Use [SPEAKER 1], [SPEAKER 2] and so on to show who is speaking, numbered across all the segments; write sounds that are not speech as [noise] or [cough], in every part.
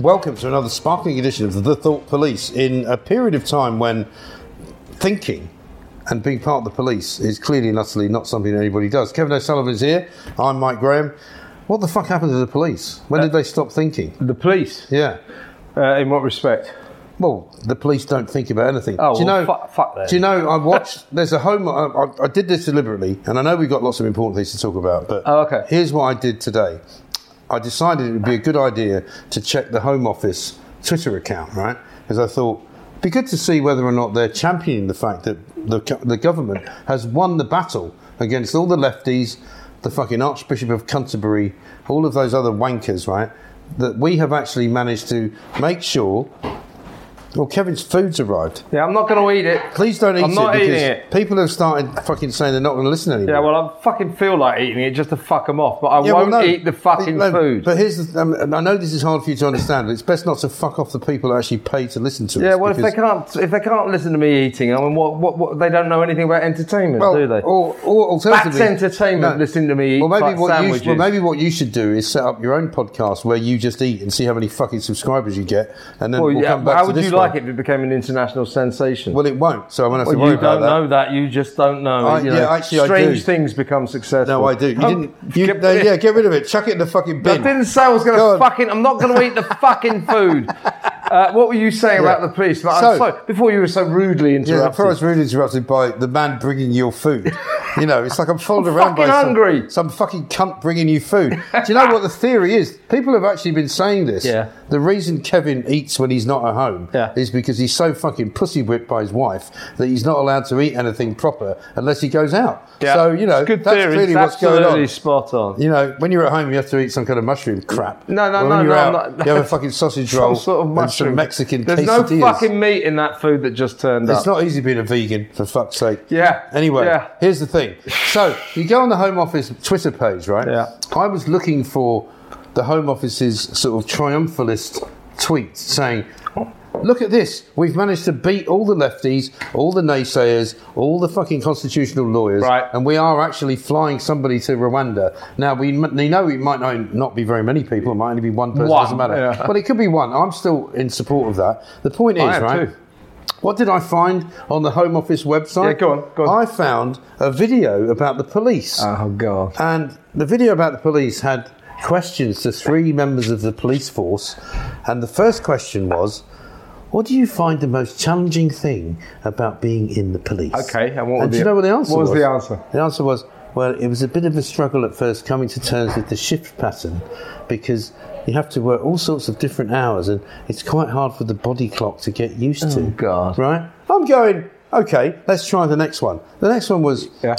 [SPEAKER 1] Welcome to another sparkling edition of The Thought Police in a period of time when thinking and being part of the police is clearly and utterly not something that anybody does. Kevin O'Sullivan is here. I'm Mike Graham. What the fuck happened to the police? When did they stop thinking?
[SPEAKER 2] The police?
[SPEAKER 1] Yeah.
[SPEAKER 2] Uh, in what respect?
[SPEAKER 1] Well, the police don't think about anything.
[SPEAKER 2] Oh,
[SPEAKER 1] do you
[SPEAKER 2] well,
[SPEAKER 1] know?
[SPEAKER 2] fuck- fuck them.
[SPEAKER 1] Do you know? I watched. [laughs] There's a home. I, I, I did this deliberately, and I know we've got lots of important things to talk about. But
[SPEAKER 2] Oh, okay.
[SPEAKER 1] here's what I did today. I decided it would be a good idea to check the Home Office Twitter account, right? Because I thought it'd be good to see whether or not they're championing the fact that the co- the government has won the battle against all the lefties, the fucking Archbishop of Canterbury, all of those other wankers, right? That we have actually managed to make sure well, Kevin's food's arrived.
[SPEAKER 2] Yeah, I'm not going to eat it.
[SPEAKER 1] Please don't eat
[SPEAKER 2] I'm
[SPEAKER 1] it
[SPEAKER 2] not
[SPEAKER 1] because
[SPEAKER 2] eating it.
[SPEAKER 1] people have started fucking saying they're not going to listen anymore.
[SPEAKER 2] Yeah, well, I fucking feel like eating it just to fuck them off, but I
[SPEAKER 1] Yeah,
[SPEAKER 2] won't
[SPEAKER 1] well, no.
[SPEAKER 2] eat the fucking
[SPEAKER 1] No,
[SPEAKER 2] food.
[SPEAKER 1] But here's the, um, and I know this is hard for you to understand, but it's best not to fuck off the people that actually pay to listen to us.
[SPEAKER 2] yeah, well, if
[SPEAKER 1] because-
[SPEAKER 2] they can't, if they can't listen to me eating, I mean, what, what, what they don't know anything about entertainment,
[SPEAKER 1] well, oh,
[SPEAKER 2] do they?
[SPEAKER 1] Or, or alternatively,
[SPEAKER 2] That's entertainment, listening to me eat
[SPEAKER 1] Well, maybe
[SPEAKER 2] fuck
[SPEAKER 1] what you,
[SPEAKER 2] sandwiches.
[SPEAKER 1] well, maybe what you should do is set up your own podcast where you just eat and see how many fucking subscribers you get, and then
[SPEAKER 2] Well,
[SPEAKER 1] we'll
[SPEAKER 2] yeah,
[SPEAKER 1] come back
[SPEAKER 2] how
[SPEAKER 1] to
[SPEAKER 2] would
[SPEAKER 1] this
[SPEAKER 2] you
[SPEAKER 1] one.
[SPEAKER 2] like it if it became an international sensation?
[SPEAKER 1] Well, it won't, so I won't have to
[SPEAKER 2] Well,
[SPEAKER 1] worry
[SPEAKER 2] you don't
[SPEAKER 1] about that.
[SPEAKER 2] know that. You just don't know.
[SPEAKER 1] I-
[SPEAKER 2] you
[SPEAKER 1] yeah,
[SPEAKER 2] know.
[SPEAKER 1] actually, I
[SPEAKER 2] strange
[SPEAKER 1] do.
[SPEAKER 2] things become successful.
[SPEAKER 1] No, I do. You
[SPEAKER 2] Oh,
[SPEAKER 1] didn't. You,
[SPEAKER 2] get-
[SPEAKER 1] no, yeah, get rid of it. Chuck it in the fucking bin.
[SPEAKER 2] I didn't say I was going
[SPEAKER 1] Go
[SPEAKER 2] to
[SPEAKER 1] on.
[SPEAKER 2] fucking. I'm not going to eat the fucking
[SPEAKER 1] [laughs]
[SPEAKER 2] food. Uh, what were you saying about the police? Like,
[SPEAKER 1] So-
[SPEAKER 2] I'm sorry, before you were so rudely
[SPEAKER 1] Yeah,
[SPEAKER 2] interrupted.
[SPEAKER 1] before I was really interrupted by the man bringing your food. You know, it's like I'm followed around by
[SPEAKER 2] fucking
[SPEAKER 1] some-
[SPEAKER 2] hungry.
[SPEAKER 1] Some, fucking cunt bringing you food.
[SPEAKER 2] [laughs]
[SPEAKER 1] Do you know what the theory is? People have actually been saying this.
[SPEAKER 2] Yeah.
[SPEAKER 1] The reason Kevin eats when he's not at home
[SPEAKER 2] Yeah.
[SPEAKER 1] is because he's so fucking pussy whipped by his wife that he's not allowed to eat anything proper unless he goes out.
[SPEAKER 2] Yeah.
[SPEAKER 1] So, you know,
[SPEAKER 2] It's good
[SPEAKER 1] that's
[SPEAKER 2] theory.
[SPEAKER 1] clearly
[SPEAKER 2] It's
[SPEAKER 1] what's going
[SPEAKER 2] absolutely
[SPEAKER 1] on.
[SPEAKER 2] spot on.
[SPEAKER 1] You know, when you're at home, you have to eat some kind of mushroom crap.
[SPEAKER 2] No, no,
[SPEAKER 1] Well,
[SPEAKER 2] no,
[SPEAKER 1] when you're
[SPEAKER 2] no, I'm
[SPEAKER 1] out,
[SPEAKER 2] not-
[SPEAKER 1] You have a fucking
[SPEAKER 2] [laughs]
[SPEAKER 1] sausage
[SPEAKER 2] Some
[SPEAKER 1] roll
[SPEAKER 2] sort of
[SPEAKER 1] and some
[SPEAKER 2] mushroom.
[SPEAKER 1] Mexican
[SPEAKER 2] There's
[SPEAKER 1] quesadillas.
[SPEAKER 2] no fucking meat in that food that just turned
[SPEAKER 1] It's
[SPEAKER 2] up.
[SPEAKER 1] not easy being a vegan, for fuck's sake.
[SPEAKER 2] Yeah,
[SPEAKER 1] Anyway,
[SPEAKER 2] yeah.
[SPEAKER 1] here's the thing. So you go on the Home Office Twitter page, right?
[SPEAKER 2] Yeah.
[SPEAKER 1] I was looking for the Home Office's sort of triumphalist tweet saying, "Look at this. We've managed to beat all the lefties, all the naysayers, all the fucking constitutional lawyers,
[SPEAKER 2] Right.
[SPEAKER 1] and we are actually flying somebody to Rwanda." Now we, m- we know it might not- not be very many people. It might only be one person.
[SPEAKER 2] One,
[SPEAKER 1] Doesn't matter.
[SPEAKER 2] yeah.
[SPEAKER 1] But it could be one. I'm still in support of that. The point is,
[SPEAKER 2] am
[SPEAKER 1] right?
[SPEAKER 2] too.
[SPEAKER 1] What did I find on the Home Office website?
[SPEAKER 2] Yeah, go on, go on.
[SPEAKER 1] I found a video about the police.
[SPEAKER 2] Oh god.
[SPEAKER 1] And the video about the police had questions to three members of the police force. And the first question was, what do you find the most challenging thing about being in the police?
[SPEAKER 2] Okay, and what would
[SPEAKER 1] do
[SPEAKER 2] the-
[SPEAKER 1] you know what the answer
[SPEAKER 2] what
[SPEAKER 1] was?
[SPEAKER 2] was the answer?
[SPEAKER 1] The answer was, well, it was a bit of a struggle at first coming to terms with the shift pattern because you have to work all sorts of different hours and it's quite hard for the body clock to get used to.
[SPEAKER 2] Oh, God.
[SPEAKER 1] Right? I'm going, okay, let's try the next one. The next one was,
[SPEAKER 2] Yeah.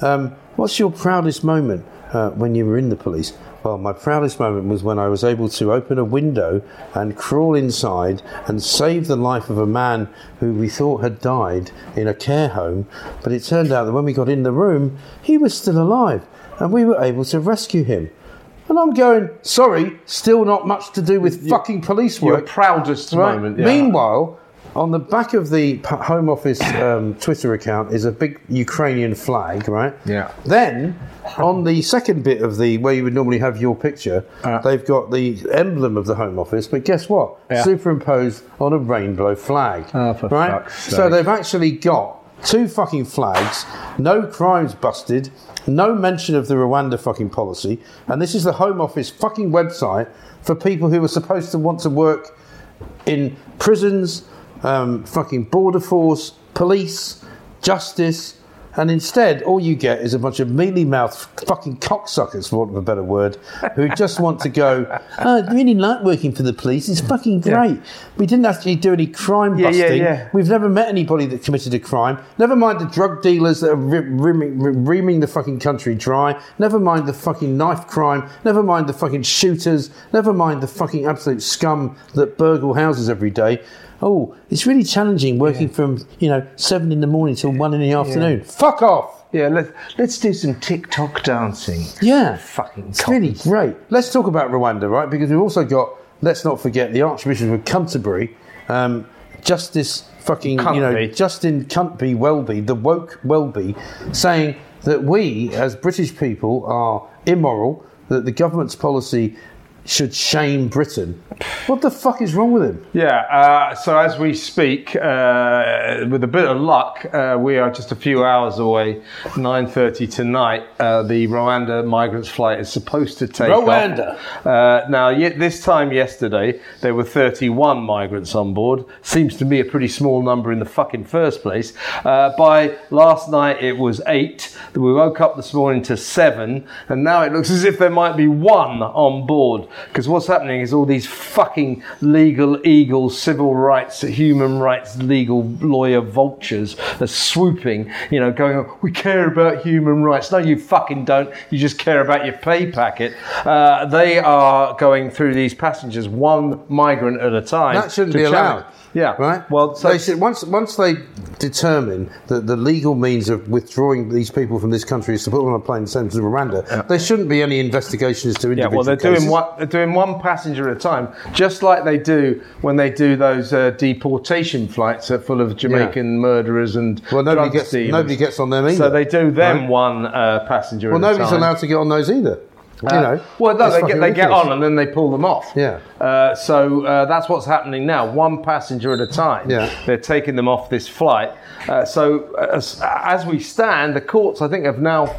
[SPEAKER 1] um, what's your proudest moment uh, when you were in the police? Well, my proudest moment was when I was able to open a window and crawl inside and save the life of a man who we thought had died in a care home. But it turned out that when we got in the room, he was still alive and we were able to rescue him. And I'm going, sorry, still not much to do with fucking police
[SPEAKER 2] Your
[SPEAKER 1] work.
[SPEAKER 2] proudest
[SPEAKER 1] Right.
[SPEAKER 2] moment. Yeah.
[SPEAKER 1] Meanwhile, on the back of the P- Home Office um, Twitter account is a big Ukrainian flag, right?
[SPEAKER 2] Yeah.
[SPEAKER 1] Then, on the second bit of the where you would normally have your picture,
[SPEAKER 2] Uh.
[SPEAKER 1] they've got the emblem of the Home Office. But guess what?
[SPEAKER 2] Yeah.
[SPEAKER 1] Superimposed on a rainbow flag.
[SPEAKER 2] Oh, for
[SPEAKER 1] right.
[SPEAKER 2] fuck's
[SPEAKER 1] So
[SPEAKER 2] sake.
[SPEAKER 1] they've actually got. Two fucking flags, no crimes busted, no mention of the Rwanda fucking policy, and this is the Home Office fucking website for people who are supposed to want to work in prisons, um, fucking border force, police, justice, and instead all you get is a bunch of mealy mouthed fucking cocksuckers, for want of a better word, who just want to go, oh, I really like working for the police, it's fucking great. We didn't actually do any crime
[SPEAKER 2] Yeah,
[SPEAKER 1] busting.
[SPEAKER 2] yeah, yeah.
[SPEAKER 1] We've never met anybody that committed a crime. Never mind the drug dealers that are re- reaming, re- reaming the fucking country dry. Never mind the fucking knife crime. Never mind the fucking shooters. Never mind the fucking absolute scum that burgle houses every day. Oh, it's really challenging working from, you know, seven in the morning till one in the afternoon. Fuck off!
[SPEAKER 2] Yeah. Let's let's do some TikTok dancing.
[SPEAKER 1] Yeah.
[SPEAKER 2] Fucking
[SPEAKER 1] It's really great. Let's talk about Rwanda, right? Because we've also got, let's not forget, the Archbishop of Canterbury, um, Justice fucking, you know,
[SPEAKER 2] Cuntby.
[SPEAKER 1] Justin Cuntby Welby, the woke Welby, saying that we as British people are immoral, that the government's policy should shame Britain. What the fuck is wrong with him?
[SPEAKER 3] Yeah, uh, so as we speak, uh, with a bit of luck, uh, we are just a few hours away, 9.30 tonight. Uh, the Rwanda migrants flight is supposed to take off.
[SPEAKER 1] Rwanda.
[SPEAKER 3] Uh, now, yet this time yesterday, there were 31 migrants on board. Seems to me a pretty small number in the fucking first place. Uh, by last night, it was eight. We woke up this morning to seven, and now it looks as if there might be one on board. Because what's happening is all these fucking legal eagles, civil rights, human rights, legal lawyer vultures are swooping, you know, going, we care about human rights. No, you fucking don't. You just care about your pay packet. Uh, they are going through these passengers one migrant at a time.
[SPEAKER 1] That shouldn't
[SPEAKER 3] to
[SPEAKER 1] be allowed.
[SPEAKER 3] challenge- Yeah.
[SPEAKER 1] Right.
[SPEAKER 3] Well, so
[SPEAKER 1] they should, once once they determine that the legal means of withdrawing these people from this country is to put them on a plane and send them to Rwanda, there shouldn't be any investigations to
[SPEAKER 3] Yeah,
[SPEAKER 1] individual
[SPEAKER 3] well, they're
[SPEAKER 1] cases.
[SPEAKER 3] doing one. They're doing one passenger at a time, just like they do when they do those uh, deportation flights that are full of Jamaican murderers and
[SPEAKER 1] Well, nobody
[SPEAKER 3] drug
[SPEAKER 1] gets
[SPEAKER 3] dealers.
[SPEAKER 1] nobody gets on them either.
[SPEAKER 3] So they do them
[SPEAKER 1] Right.
[SPEAKER 3] one uh, passenger
[SPEAKER 1] Well,
[SPEAKER 3] at a time.
[SPEAKER 1] nobody's allowed to get on those either. you
[SPEAKER 3] Uh,
[SPEAKER 1] know.
[SPEAKER 3] Well, no,
[SPEAKER 1] It's
[SPEAKER 3] they get,
[SPEAKER 1] fucking
[SPEAKER 3] they get
[SPEAKER 1] ridiculous.
[SPEAKER 3] on and then they pull them off.
[SPEAKER 1] Yeah.
[SPEAKER 3] Uh, so uh, that's what's happening now, one passenger at a time.
[SPEAKER 1] Yeah.
[SPEAKER 3] They're taking them off this flight. Uh, so as, as we stand, the courts, I think, have now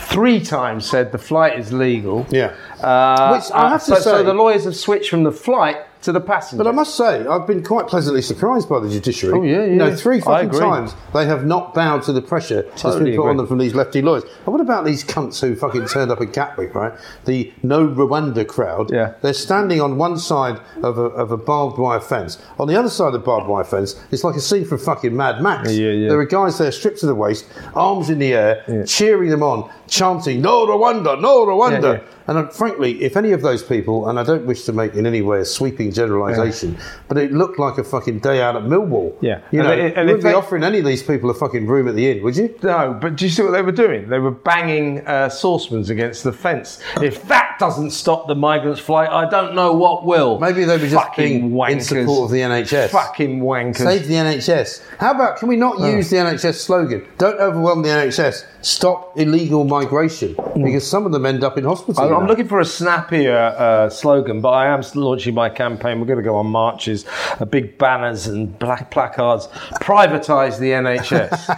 [SPEAKER 3] three times said the flight is legal.
[SPEAKER 1] Yeah.
[SPEAKER 3] Uh,
[SPEAKER 1] Which I
[SPEAKER 3] uh,
[SPEAKER 1] have to
[SPEAKER 3] so, so
[SPEAKER 1] say-
[SPEAKER 3] the lawyers have switched from the flight to the passenger.
[SPEAKER 1] But I must say, I've been quite pleasantly surprised by the judiciary.
[SPEAKER 3] Oh, yeah, yeah.
[SPEAKER 1] You know, three
[SPEAKER 3] I
[SPEAKER 1] fucking
[SPEAKER 3] agree.
[SPEAKER 1] times they have not bowed to the pressure that's been
[SPEAKER 3] Totally
[SPEAKER 1] put
[SPEAKER 3] agree.
[SPEAKER 1] on them from these lefty lawyers. And what about these cunts who fucking turned up at Gatwick, right? The no Rwanda crowd.
[SPEAKER 3] Yeah.
[SPEAKER 1] They're standing on one side of a, of a barbed wire fence. On the other side of the barbed wire fence, it's like a scene from fucking Mad Max.
[SPEAKER 3] Yeah, yeah.
[SPEAKER 1] There are guys there stripped to the waist, arms in the air, cheering them on, chanting, No Rwanda, no Rwanda.
[SPEAKER 3] Yeah, yeah.
[SPEAKER 1] And uh, frankly, if any of those people, and I don't wish to make in any way a sweeping generalisation, but it looked like a fucking day out at Millwall.
[SPEAKER 3] Yeah.
[SPEAKER 1] You
[SPEAKER 3] And
[SPEAKER 1] know,
[SPEAKER 3] it- and if
[SPEAKER 1] you wouldn't be
[SPEAKER 3] they-
[SPEAKER 1] offering any of these people a fucking room at the inn, would you?
[SPEAKER 3] No, but do you see what they were doing? They were banging uh, saucepans against the fence. If that doesn't stop the migrants' flight, I don't know what will.
[SPEAKER 1] Maybe they were just
[SPEAKER 3] Fucking
[SPEAKER 1] being in
[SPEAKER 3] wankers.
[SPEAKER 1] support of the NHS.
[SPEAKER 3] Fucking wankers.
[SPEAKER 1] Save the NHS. How about can we not use the NHS slogan? Don't overwhelm the NHS. Stop illegal migration because some of them end up in hospital.
[SPEAKER 3] Mm. I'm, I'm
[SPEAKER 1] now.
[SPEAKER 3] looking for a snappier uh, slogan, but I am s- launching my campaign. We're going to go on marches, uh, big banners and black placards. Privatise the
[SPEAKER 1] [laughs]
[SPEAKER 3] NHS.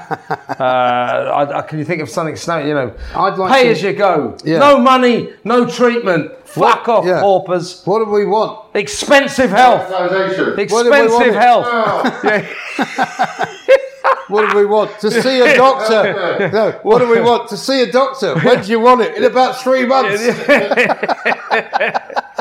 [SPEAKER 3] uh, I, I, can you think of something snappy? You know,
[SPEAKER 1] I'd like
[SPEAKER 3] pay
[SPEAKER 1] to-
[SPEAKER 3] as you go.
[SPEAKER 1] Yeah.
[SPEAKER 3] No money, no treatment. Fuck off,
[SPEAKER 1] yeah.
[SPEAKER 3] paupers.
[SPEAKER 1] What do we want?
[SPEAKER 3] Expensive health.
[SPEAKER 4] Organisation.
[SPEAKER 1] do we want
[SPEAKER 3] Expensive
[SPEAKER 1] it? Oh.
[SPEAKER 3] health. [laughs]
[SPEAKER 1] What do we want? To see a
[SPEAKER 3] [laughs]
[SPEAKER 1] doctor. No, what do we want? To see a doctor. When do you want it? In about three months.
[SPEAKER 3] [laughs]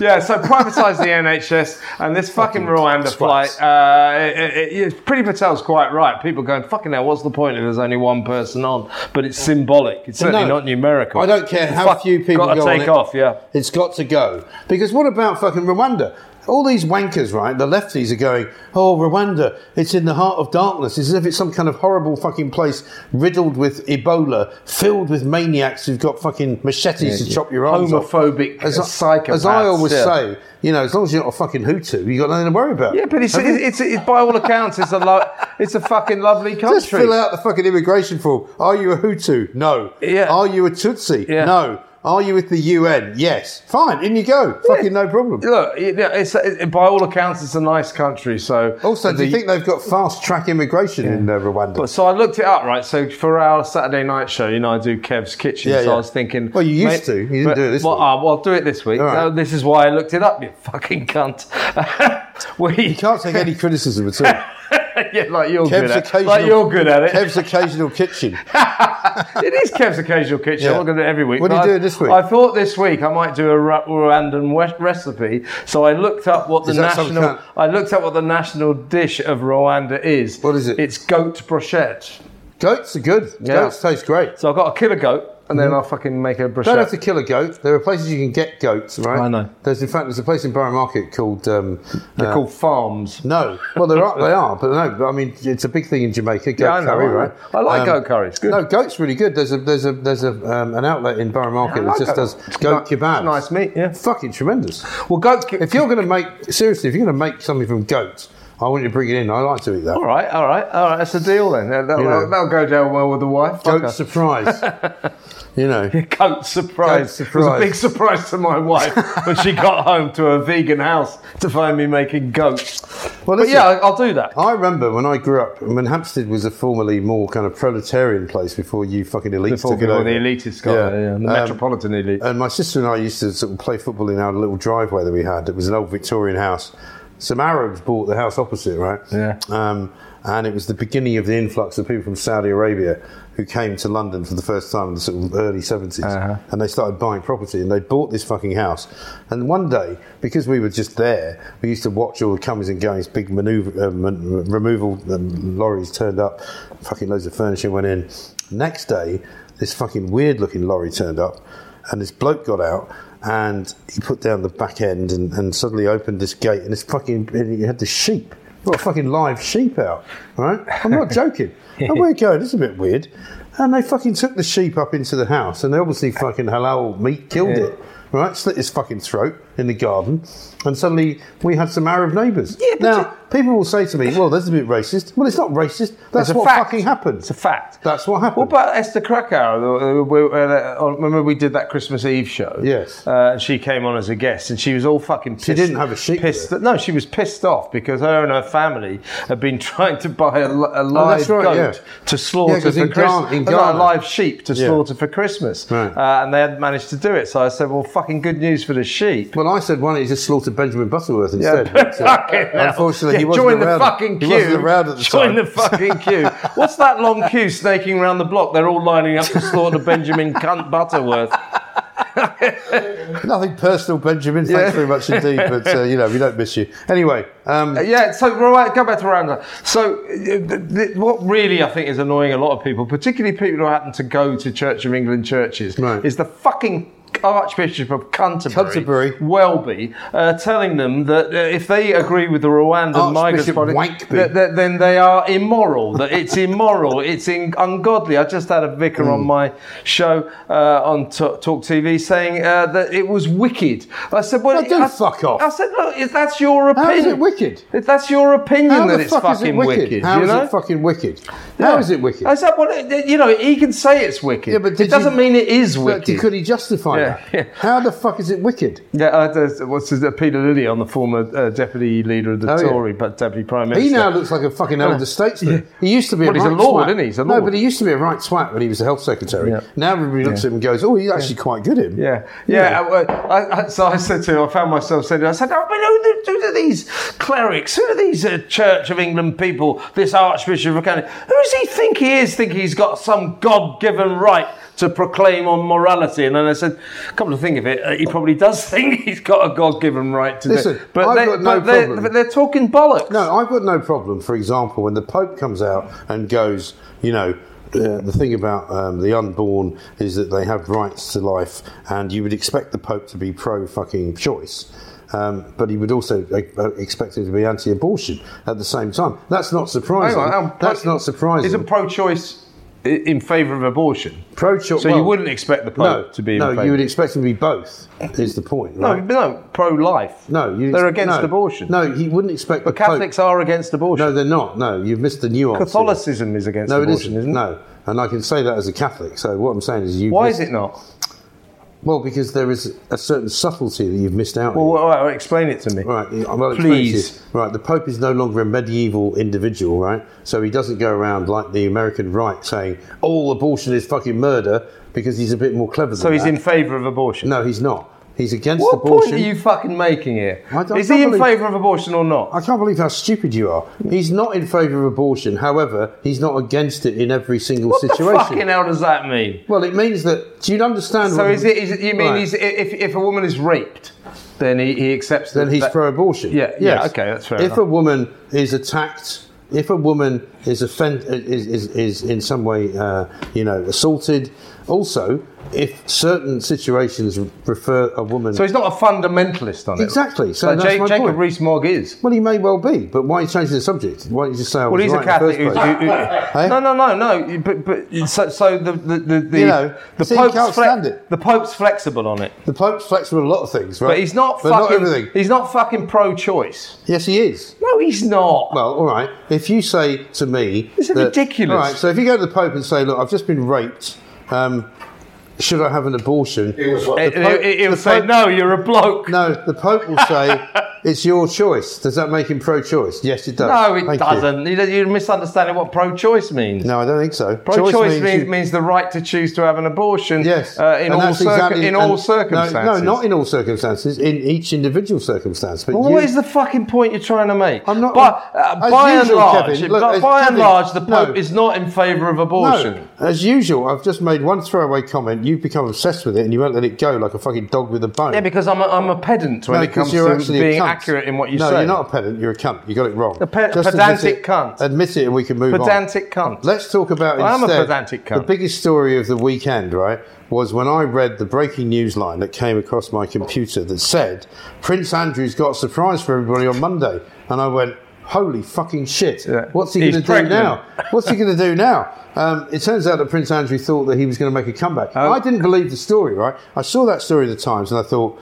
[SPEAKER 3] Yeah, so privatise the NHS and this fucking Rwanda
[SPEAKER 1] twats.
[SPEAKER 3] flight. Uh, it, it, it, Pretty Patel's quite right. People going, fucking hell, what's the point if there's only one person on? But it's symbolic. It's certainly
[SPEAKER 1] No.
[SPEAKER 3] not numerical.
[SPEAKER 1] I don't care how few people
[SPEAKER 3] got
[SPEAKER 1] go
[SPEAKER 3] to
[SPEAKER 1] on it.
[SPEAKER 3] take off. Yeah,
[SPEAKER 1] It's got to go. Because what about fucking Rwanda? All these wankers, right? The lefties are going, oh, Rwanda, it's in the heart of darkness. It's as if it's some kind of horrible fucking place riddled with Ebola, filled with maniacs who've got fucking machetes to chop your arms off.
[SPEAKER 3] homophobic
[SPEAKER 1] As, I-
[SPEAKER 3] psychopaths.
[SPEAKER 1] as I always
[SPEAKER 3] yeah.
[SPEAKER 1] say, you know, as long as you're not a fucking Hutu, you've got nothing to worry about.
[SPEAKER 3] Yeah, but it's, it's, it's, it's by all accounts, it's a lo- it's a fucking lovely country.
[SPEAKER 1] Just fill out the fucking immigration form. Are you a Hutu? No.
[SPEAKER 3] Yeah.
[SPEAKER 1] Are you a Tutsi?
[SPEAKER 3] Yeah.
[SPEAKER 1] No. Are you with the UN? Yes. Fine. In you go. Fucking no problem.
[SPEAKER 3] Look, it- it's, it, by all accounts, it's a nice country. So
[SPEAKER 1] Also, do you
[SPEAKER 3] the-
[SPEAKER 1] think they've got fast track immigration in uh, Rwanda?
[SPEAKER 3] But so I looked it up, right? So for our Saturday night show, you know, I do Kev's Kitchen.
[SPEAKER 1] Yeah,
[SPEAKER 3] so
[SPEAKER 1] yeah.
[SPEAKER 3] I was thinking.
[SPEAKER 1] Well, you used to. You didn't
[SPEAKER 3] but-
[SPEAKER 1] do it this
[SPEAKER 3] well,
[SPEAKER 1] week.
[SPEAKER 3] ah, well, I'll do it this week.
[SPEAKER 1] All right.
[SPEAKER 3] No, this is why I looked it up, you [laughs] fucking cunt. we
[SPEAKER 1] you [laughs] can't take any criticism at all.
[SPEAKER 3] [laughs] yeah, like [laughs] you're
[SPEAKER 1] Kev's
[SPEAKER 3] good at it.
[SPEAKER 1] occasional,
[SPEAKER 3] Like you're good at it.
[SPEAKER 1] Kev's occasional
[SPEAKER 3] [laughs]
[SPEAKER 1] kitchen.
[SPEAKER 3] it is Kev's occasional kitchen.
[SPEAKER 1] Yeah.
[SPEAKER 3] I'm not going to do it every week.
[SPEAKER 1] What are you
[SPEAKER 3] but I-
[SPEAKER 1] doing this week?
[SPEAKER 3] I thought this week I might do a Ru- Rwandan we- recipe. So I looked up what the
[SPEAKER 1] Is that some
[SPEAKER 3] national.
[SPEAKER 1] kind-
[SPEAKER 3] I looked up what the national dish of Rwanda is.
[SPEAKER 1] What is it?
[SPEAKER 3] It's goat brochette.
[SPEAKER 1] Goats are good. Goats taste great.
[SPEAKER 3] So I've got to kill a goat. And then I'll fucking make a brochette.
[SPEAKER 1] Mm-hmm. Don't have to kill a goat. There are places you can get goats, right?
[SPEAKER 3] I know.
[SPEAKER 1] There's in fact there's a place in Borough Market called um,
[SPEAKER 3] They're
[SPEAKER 1] uh,
[SPEAKER 3] called farms.
[SPEAKER 1] No, well there are they are, but no. But I mean, it's a big thing in Jamaica. Goat
[SPEAKER 3] Yeah, I know,
[SPEAKER 1] curry,
[SPEAKER 3] I know.
[SPEAKER 1] right? Um,
[SPEAKER 3] I like goat curry, it's good.
[SPEAKER 1] No, goat's really good. There's a there's a there's a um, an outlet in Borough Market
[SPEAKER 3] I
[SPEAKER 1] that
[SPEAKER 3] like
[SPEAKER 1] just
[SPEAKER 3] goat.
[SPEAKER 1] does goat
[SPEAKER 3] Ni-
[SPEAKER 1] kebabs.
[SPEAKER 3] nice meat, yeah.
[SPEAKER 1] Fucking tremendous.
[SPEAKER 3] Well, goat.
[SPEAKER 1] If you're going to make seriously, if you're going to make something from goat, I want you to bring it in. I like to eat that.
[SPEAKER 3] All right, all right, all right. That's a deal then. That, will
[SPEAKER 1] Yeah.
[SPEAKER 3] go down well with the wife.
[SPEAKER 1] Goat
[SPEAKER 3] Fuck [laughs]
[SPEAKER 1] surprise. you know.
[SPEAKER 3] her. Coat surprise.
[SPEAKER 1] Goat surprise.
[SPEAKER 3] It was a big surprise to my wife [laughs] when she got home to her vegan house to find me making goats.
[SPEAKER 1] Well,
[SPEAKER 3] But
[SPEAKER 1] listen,
[SPEAKER 3] yeah, I- I'll do that.
[SPEAKER 1] I remember when I grew up, when Hampstead was a formerly more kind of proletarian place before you fucking elites
[SPEAKER 3] Before
[SPEAKER 1] took it
[SPEAKER 3] people,
[SPEAKER 1] over.
[SPEAKER 3] the elitist got there, yeah, the
[SPEAKER 1] Um,
[SPEAKER 3] metropolitan elite.
[SPEAKER 1] And my sister and I used to sort of play football in our little driveway that we had. It was an old Victorian house. Some Arabs bought the house opposite, right?
[SPEAKER 3] Yeah.
[SPEAKER 1] Um, and it was the beginning of the influx of people from Saudi Arabia who came to London for the first time in the sort of early 70s. And they started buying property and they bought this fucking house. And one day, because we were just there, we used to watch all the comings and goings, big maneuver, uh, man- removal um, lorries turned up, fucking loads of furniture went in. Next day, this fucking weird looking lorry turned up and this bloke got out and he put down the back end and, and suddenly opened this gate and this fucking and he had the sheep got a fucking live sheep out right i'm [laughs] not joking and we're going this is a bit weird and they fucking took the sheep up into the house and they obviously fucking halal meat killed it right slit his fucking throat in the garden and suddenly we had some arab neighbours now people will say to me well that's a bit racist well it's not racist that's
[SPEAKER 3] It's a
[SPEAKER 1] what
[SPEAKER 3] fact.
[SPEAKER 1] fucking happened
[SPEAKER 3] It's a fact.
[SPEAKER 1] that's what happened
[SPEAKER 3] What about Esther Krakauer? The- uh, we- uh, uh, Remember we did that Christmas Eve show?
[SPEAKER 1] Yes.
[SPEAKER 3] Uh, and she came on as a guest, and she was all fucking pissed.
[SPEAKER 1] didn't have a sheep
[SPEAKER 3] Pissed, no, she was pissed off because her and her family had been [laughs] trying to buy a, li- a live
[SPEAKER 1] Oh, right,
[SPEAKER 3] goat
[SPEAKER 1] yeah.
[SPEAKER 3] to slaughter
[SPEAKER 1] Yeah, 'cause
[SPEAKER 3] for
[SPEAKER 1] in Ghana- in
[SPEAKER 3] Christmas. No, a
[SPEAKER 1] Ghana.
[SPEAKER 3] live sheep to
[SPEAKER 1] Yeah.
[SPEAKER 3] slaughter for Christmas.
[SPEAKER 1] Right.
[SPEAKER 3] Uh, and they had managed to do it. So I said, well, fucking good news for the sheep.
[SPEAKER 1] Well, I said why don't you just slaughter Benjamin Butterworth instead. [laughs] But, uh,
[SPEAKER 3] fucking hell.
[SPEAKER 1] unfortunately, he
[SPEAKER 3] Yeah,
[SPEAKER 1] wasn't
[SPEAKER 3] join
[SPEAKER 1] around.
[SPEAKER 3] the fucking
[SPEAKER 1] he
[SPEAKER 3] queue.
[SPEAKER 1] wasn't around at the
[SPEAKER 3] join
[SPEAKER 1] time. [laughs]
[SPEAKER 3] the fucking queue. What's that long queue snaking around the block? They're all lining up to slaughter Benjamin Cunt Butterworth.
[SPEAKER 1] Nothing personal, Benjamin. Thanks very much indeed. But uh, you know, we don't miss you anyway. Um,
[SPEAKER 3] Uh, Yeah, so right, go back to Rwanda. So, uh, th- th- what really I think is annoying a lot of people, particularly people who happen to go to Church of England churches,
[SPEAKER 1] Right.
[SPEAKER 3] is the fucking Archbishop of Canterbury,
[SPEAKER 1] Canterbury.
[SPEAKER 3] Welby, uh, telling them that uh, if they agree with the Rwandan
[SPEAKER 1] Archbishop
[SPEAKER 3] migrants,
[SPEAKER 1] Wankby.
[SPEAKER 3] that, that, then they are immoral. That it's immoral. [laughs] It's in, ungodly. I just had a vicar on
[SPEAKER 1] Hmm.
[SPEAKER 3] my show uh, on Ta- Talk TV saying uh, that it was wicked. I said, "Well,
[SPEAKER 1] Now do
[SPEAKER 3] I-
[SPEAKER 1] fuck off.
[SPEAKER 3] I said, "Look, if that's your opinion.
[SPEAKER 1] How is it wicked?
[SPEAKER 3] If that's your opinion
[SPEAKER 1] How
[SPEAKER 3] that
[SPEAKER 1] the
[SPEAKER 3] it's
[SPEAKER 1] fuck is
[SPEAKER 3] fucking
[SPEAKER 1] it
[SPEAKER 3] wicked,
[SPEAKER 1] wicked? How
[SPEAKER 3] you
[SPEAKER 1] is
[SPEAKER 3] know?
[SPEAKER 1] it fucking wicked? How is it wicked?
[SPEAKER 3] I said, well, it- you know, he can say it's wicked.
[SPEAKER 1] Yeah, but did
[SPEAKER 3] it doesn't
[SPEAKER 1] you-
[SPEAKER 3] mean it is
[SPEAKER 1] But
[SPEAKER 3] wicked.
[SPEAKER 1] could he justify
[SPEAKER 3] Yeah,
[SPEAKER 1] that?
[SPEAKER 3] yeah.
[SPEAKER 1] How the fuck is it wicked?
[SPEAKER 3] yeah, uh, there's- what's his, uh, Peter Lilly on the former uh, deputy leader of the
[SPEAKER 1] Oh, yeah.
[SPEAKER 3] Tory, but deputy prime minister.
[SPEAKER 1] He now looks like a fucking elder statesman. He used to be a
[SPEAKER 3] Well, he's a
[SPEAKER 1] right
[SPEAKER 3] lord,
[SPEAKER 1] twat.
[SPEAKER 3] isn't he? He's a
[SPEAKER 1] No,
[SPEAKER 3] lord.
[SPEAKER 1] but he used to be a right twat when he was the health secretary.
[SPEAKER 3] Yeah.
[SPEAKER 1] Now everybody looks at him and goes, "Oh, he's actually quite good." Him.
[SPEAKER 3] Yeah, yeah. I, I, I, so I said to him, I found myself saying, I said, oh, but who, do- who are these clerics? Who are these uh, Church of England people? This Archbishop of Canterbury? Who does he think he is? Think he's got some God-given right to proclaim on morality? And then I said, come to think of it, uh, he probably does [laughs] think he's got a God-given right to
[SPEAKER 1] Listen,
[SPEAKER 3] do. But
[SPEAKER 1] I've
[SPEAKER 3] they-
[SPEAKER 1] got no
[SPEAKER 3] but they're,
[SPEAKER 1] problem.
[SPEAKER 3] but they're talking bollocks.
[SPEAKER 1] No, I've got no problem. For example, when the Pope comes out and goes, you know, uh, the thing about um, the unborn is that they have rights to life, and you would expect the Pope to be pro fucking choice. Um, but he would also uh, expect him to be anti-abortion at the same time. That's not surprising.
[SPEAKER 3] Hang on, um,
[SPEAKER 1] That's
[SPEAKER 3] pro-
[SPEAKER 1] not surprising.
[SPEAKER 3] Isn't pro-choice i- in favour of abortion?
[SPEAKER 1] pro-choice?
[SPEAKER 3] So you
[SPEAKER 1] well,
[SPEAKER 3] wouldn't expect the
[SPEAKER 1] no
[SPEAKER 3] Pope to be in
[SPEAKER 1] no.
[SPEAKER 3] favour?
[SPEAKER 1] You would expect him to be both. Is the point?
[SPEAKER 3] No,
[SPEAKER 1] Right?
[SPEAKER 3] no, pro-life.
[SPEAKER 1] no. you'd
[SPEAKER 3] they're
[SPEAKER 1] ex-
[SPEAKER 3] against
[SPEAKER 1] no.
[SPEAKER 3] abortion.
[SPEAKER 1] No, he wouldn't expect.
[SPEAKER 3] but
[SPEAKER 1] the Pope-
[SPEAKER 3] Catholics are against abortion.
[SPEAKER 1] No, they're not. No, you've missed the nuance. here.
[SPEAKER 3] Catholicism is against
[SPEAKER 1] No, it
[SPEAKER 3] abortion,
[SPEAKER 1] isn't.
[SPEAKER 3] isn't it?
[SPEAKER 1] No, and I can say that as a Catholic. So what I'm saying is, you.
[SPEAKER 3] Why is it not?
[SPEAKER 1] Well, because there is a certain subtlety that you've missed out. on.
[SPEAKER 3] Well, all right, all right, explain it to me.
[SPEAKER 1] Right, yeah, well,
[SPEAKER 3] Please.
[SPEAKER 1] please. Right, the Pope is no longer a medieval individual, right? So he doesn't go around like the American right saying all abortion is fucking murder because he's a bit more clever.
[SPEAKER 3] So he's in favour of abortion.
[SPEAKER 1] No, he's not. He's against
[SPEAKER 3] What
[SPEAKER 1] abortion.
[SPEAKER 3] point are you fucking making here?
[SPEAKER 1] I don't-
[SPEAKER 3] Is
[SPEAKER 1] I
[SPEAKER 3] he in
[SPEAKER 1] believe-
[SPEAKER 3] favour of abortion or not?
[SPEAKER 1] I can't believe how stupid you are. He's not in favour of abortion. However, he's not against it in every single
[SPEAKER 3] What
[SPEAKER 1] situation.
[SPEAKER 3] the fucking hell does that mean?
[SPEAKER 1] Well, it means that. Do you understand?
[SPEAKER 3] So
[SPEAKER 1] what-
[SPEAKER 3] is it? Is it you mean
[SPEAKER 1] Right.
[SPEAKER 3] he's, if if a woman is raped, then he, he accepts
[SPEAKER 1] then
[SPEAKER 3] that-
[SPEAKER 1] he's
[SPEAKER 3] that-
[SPEAKER 1] pro-abortion.
[SPEAKER 3] Yeah, yeah, okay, that's fair
[SPEAKER 1] If
[SPEAKER 3] enough.
[SPEAKER 1] a woman is attacked, if a woman is offend, is, is, is in some way, uh, you know, assaulted. Also, if certain situations refer a woman,
[SPEAKER 3] So he's not a fundamentalist on it.
[SPEAKER 1] exactly. So
[SPEAKER 3] Like
[SPEAKER 1] that's
[SPEAKER 3] Ja-
[SPEAKER 1] my
[SPEAKER 3] Jacob
[SPEAKER 1] point.
[SPEAKER 3] Rees-Mogg is.
[SPEAKER 1] well, he may well be, but why are you changing the subject? Why don't you just say? I
[SPEAKER 3] Well,
[SPEAKER 1] was
[SPEAKER 3] he's
[SPEAKER 1] right
[SPEAKER 3] a
[SPEAKER 1] in
[SPEAKER 3] Catholic.
[SPEAKER 1] The
[SPEAKER 3] Who's,
[SPEAKER 1] first
[SPEAKER 3] who,
[SPEAKER 1] place?
[SPEAKER 3] who,
[SPEAKER 1] Eh?
[SPEAKER 3] No, no, no, no. you- But, but so, so the the the, the,
[SPEAKER 1] You know,
[SPEAKER 3] the
[SPEAKER 1] see, you
[SPEAKER 3] Pope's
[SPEAKER 1] can't stand it.
[SPEAKER 3] the Pope's flexible on it,
[SPEAKER 1] the Pope's flexible on a lot of things, right?
[SPEAKER 3] but he's not
[SPEAKER 1] But
[SPEAKER 3] fucking.
[SPEAKER 1] not everything.
[SPEAKER 3] He's not fucking pro-choice.
[SPEAKER 1] Yes, he is.
[SPEAKER 3] No, he's not.
[SPEAKER 1] Well, all right. If you say to me,
[SPEAKER 3] This is ridiculous.
[SPEAKER 1] All right. So if you go to the Pope and say, "Look, I've just been raped. Um, should I have an abortion?"
[SPEAKER 4] It was what
[SPEAKER 3] It-
[SPEAKER 1] the Pope-
[SPEAKER 3] it- He'll
[SPEAKER 1] the
[SPEAKER 3] say,
[SPEAKER 1] Pope-
[SPEAKER 3] "No, you're a bloke."
[SPEAKER 1] No, the Pope will say, [laughs] "It's your choice." Does that make him pro-choice? Yes, it does.
[SPEAKER 3] No, it
[SPEAKER 1] Thank you.
[SPEAKER 3] doesn't. You. You're misunderstanding what pro-choice means.
[SPEAKER 1] No, I don't think so.
[SPEAKER 3] Pro-choice means, means,
[SPEAKER 1] you-
[SPEAKER 3] the right to choose to have an abortion.
[SPEAKER 1] Yes,
[SPEAKER 3] uh, in
[SPEAKER 1] And
[SPEAKER 3] all
[SPEAKER 1] that's
[SPEAKER 3] circu-
[SPEAKER 1] exactly-
[SPEAKER 3] in
[SPEAKER 1] and-
[SPEAKER 3] all
[SPEAKER 1] no,
[SPEAKER 3] circumstances.
[SPEAKER 1] No, not in all circumstances. In each individual circumstance. But
[SPEAKER 3] Well,
[SPEAKER 1] you,
[SPEAKER 3] what is the fucking point you're trying to make?
[SPEAKER 1] I'm not-
[SPEAKER 3] But uh,
[SPEAKER 1] As
[SPEAKER 3] by
[SPEAKER 1] usual,
[SPEAKER 3] and large,
[SPEAKER 1] Kevin, look,
[SPEAKER 3] but
[SPEAKER 1] as-
[SPEAKER 3] by and
[SPEAKER 1] Kevin,
[SPEAKER 3] large, the Pope
[SPEAKER 1] no.
[SPEAKER 3] is not in favour of abortion.
[SPEAKER 1] No, as usual, I've just made one throwaway comment. You've become obsessed with it, and you won't let it go like a fucking dog with a bone.
[SPEAKER 3] Yeah, because I'm a, I'm a pedant when
[SPEAKER 1] No,
[SPEAKER 3] it comes
[SPEAKER 1] 'cause you're
[SPEAKER 3] to
[SPEAKER 1] actually a
[SPEAKER 3] being
[SPEAKER 1] cunt.
[SPEAKER 3] accurate in what you
[SPEAKER 1] no,
[SPEAKER 3] say.
[SPEAKER 1] you're not a pedant. You're a cunt. You got it wrong. A
[SPEAKER 3] pe- pedantic cunt.
[SPEAKER 1] Admit it, and we can move on.
[SPEAKER 3] pedantic cunt.
[SPEAKER 1] Let's talk about
[SPEAKER 3] I am a
[SPEAKER 1] instead,
[SPEAKER 3] pedantic cunt.
[SPEAKER 1] the biggest story of the weekend, right, was when I read the breaking news line that came across my computer that said Prince Andrew's got a surprise for everybody on Monday, and I went, "Holy fucking shit!
[SPEAKER 3] Yeah.
[SPEAKER 1] What's he
[SPEAKER 3] He's
[SPEAKER 1] going to do
[SPEAKER 3] pregnant.
[SPEAKER 1] now? What's he going to do now?" Um, it turns out that Prince Andrew thought that he was going to make a comeback.
[SPEAKER 3] Oh.
[SPEAKER 1] I didn't believe the story, right? I saw that story in the Times, and I thought.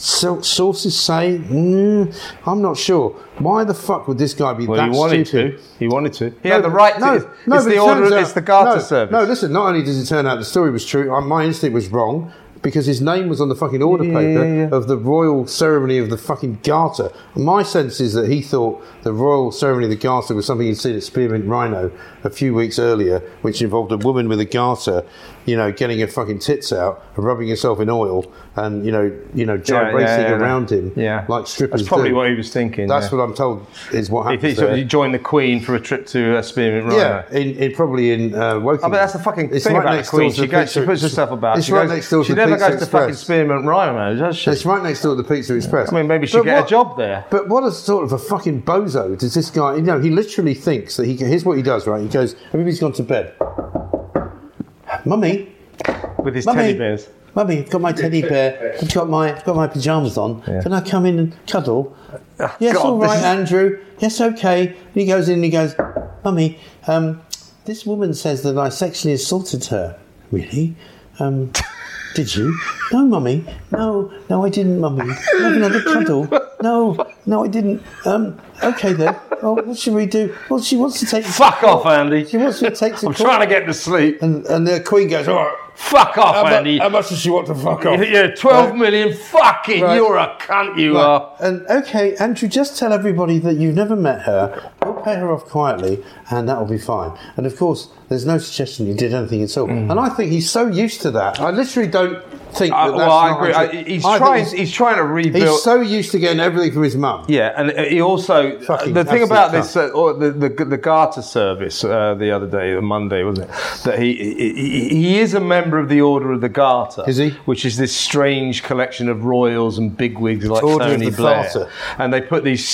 [SPEAKER 1] So, sources say, mm, I'm not sure. Why the fuck would this guy be
[SPEAKER 3] Well,
[SPEAKER 1] that
[SPEAKER 3] he wanted
[SPEAKER 1] stupid?
[SPEAKER 3] to. He wanted to. He
[SPEAKER 1] No,
[SPEAKER 3] had the
[SPEAKER 1] but-
[SPEAKER 3] right to.
[SPEAKER 1] No,
[SPEAKER 3] it's
[SPEAKER 1] no,
[SPEAKER 3] it's
[SPEAKER 1] but
[SPEAKER 3] the
[SPEAKER 1] it
[SPEAKER 3] order.
[SPEAKER 1] turns out-
[SPEAKER 3] it's the Garter
[SPEAKER 1] no,
[SPEAKER 3] service.
[SPEAKER 1] No, listen. Not only does it turn out the story was true, I, my instinct was wrong because his name was on the fucking order paper of the royal ceremony of the fucking Garter. My sense is that he thought the royal ceremony of the Garter was something he'd seen at Spearmint Rhino a few weeks earlier, which involved a woman with a garter, you know, getting her fucking tits out, and rubbing herself in oil, and you know, you know, gyrating
[SPEAKER 3] yeah, yeah.
[SPEAKER 1] around him,
[SPEAKER 3] Yeah.
[SPEAKER 1] like strippers
[SPEAKER 3] That's probably
[SPEAKER 1] do.
[SPEAKER 3] what he was thinking.
[SPEAKER 1] That's
[SPEAKER 3] yeah.
[SPEAKER 1] what I'm told is what
[SPEAKER 3] He
[SPEAKER 1] happens.
[SPEAKER 3] thought
[SPEAKER 1] there.
[SPEAKER 3] he joined the Queen for a trip to uh, Spearmint Rhino.
[SPEAKER 1] Yeah, in, in probably in uh, Woking.
[SPEAKER 3] Oh, but that's the fucking
[SPEAKER 1] It's
[SPEAKER 3] thing
[SPEAKER 1] right
[SPEAKER 3] about
[SPEAKER 1] next
[SPEAKER 3] the Queen.
[SPEAKER 1] door to
[SPEAKER 3] She,
[SPEAKER 1] the
[SPEAKER 3] goes, she
[SPEAKER 1] Pizza-
[SPEAKER 3] puts herself about.
[SPEAKER 1] It's
[SPEAKER 3] she
[SPEAKER 1] right
[SPEAKER 3] goes-
[SPEAKER 1] next door to
[SPEAKER 3] She
[SPEAKER 1] the
[SPEAKER 3] never
[SPEAKER 1] Pizza
[SPEAKER 3] goes to fucking
[SPEAKER 1] Express.
[SPEAKER 3] Spearmint Rhino, does she?
[SPEAKER 1] It's right next door to the Pizza Express.
[SPEAKER 3] I mean, maybe she'll
[SPEAKER 1] But
[SPEAKER 3] get
[SPEAKER 1] what-
[SPEAKER 3] a job there.
[SPEAKER 1] But what a sort of a fucking bozo does this guy? You know, he literally thinks that he. can- Here's what he does, right? He goes, "Everybody's gone to bed, mummy."
[SPEAKER 3] with his
[SPEAKER 1] Mummy,
[SPEAKER 3] teddy bears.
[SPEAKER 1] Mummy, I've got my
[SPEAKER 3] [laughs]
[SPEAKER 1] teddy bear. I've got my I've got my pajamas on. Can I come in and cuddle? yes,
[SPEAKER 3] Ah, God,
[SPEAKER 1] all
[SPEAKER 3] this [laughs]
[SPEAKER 1] right,
[SPEAKER 3] is-
[SPEAKER 1] Andrew. Yes, okay. And he goes in and he goes, Mummy, um, this woman says that I sexually assaulted her. Really?
[SPEAKER 3] [laughs]
[SPEAKER 1] Um, did you? No, Mummy. No, no, I didn't, Mummy. Can I Have another cuddle. No, no, I didn't. Um, okay then. Oh, what should we do? Well, she wants to take.
[SPEAKER 3] Fuck off, Andy.
[SPEAKER 1] She wants to take.
[SPEAKER 3] I'm trying to get to sleep.
[SPEAKER 1] And, and the Queen goes, all right.
[SPEAKER 3] Fuck off,
[SPEAKER 1] How mu-
[SPEAKER 3] Andy.
[SPEAKER 1] how much does she want to fuck
[SPEAKER 3] [laughs]
[SPEAKER 1] off?
[SPEAKER 3] You're 12
[SPEAKER 1] Right.
[SPEAKER 3] million. Fucking,
[SPEAKER 1] Right.
[SPEAKER 3] you're a cunt, you
[SPEAKER 1] Right.
[SPEAKER 3] are.
[SPEAKER 1] And okay, Andrew, just tell everybody that you've never met her. We'll pay her off quietly, and that will be fine. And of course, there's no suggestion you did anything at all. And I think he's so used to that. I literally don't think
[SPEAKER 3] Mm. Uh,
[SPEAKER 1] that that's
[SPEAKER 3] well, I
[SPEAKER 1] not
[SPEAKER 3] agree. I,
[SPEAKER 1] Andrew.
[SPEAKER 3] he's,
[SPEAKER 1] I think
[SPEAKER 3] trying, he's,
[SPEAKER 1] He's,
[SPEAKER 3] trying to rebuild.
[SPEAKER 1] he's so used to getting everything from his mum.
[SPEAKER 3] Yeah, and uh, he also
[SPEAKER 1] Fucking
[SPEAKER 3] the thing
[SPEAKER 1] absolute
[SPEAKER 3] about this uh, or the, the the Garter service uh, the other day, the Monday wasn't it? That he, he he- he is a member of the Order of the Garter,
[SPEAKER 1] Is he?
[SPEAKER 3] Which is this strange collection of royals and bigwigs like
[SPEAKER 1] Order of
[SPEAKER 3] Tony
[SPEAKER 1] the
[SPEAKER 3] Blair,
[SPEAKER 1] Garter.
[SPEAKER 3] and they put these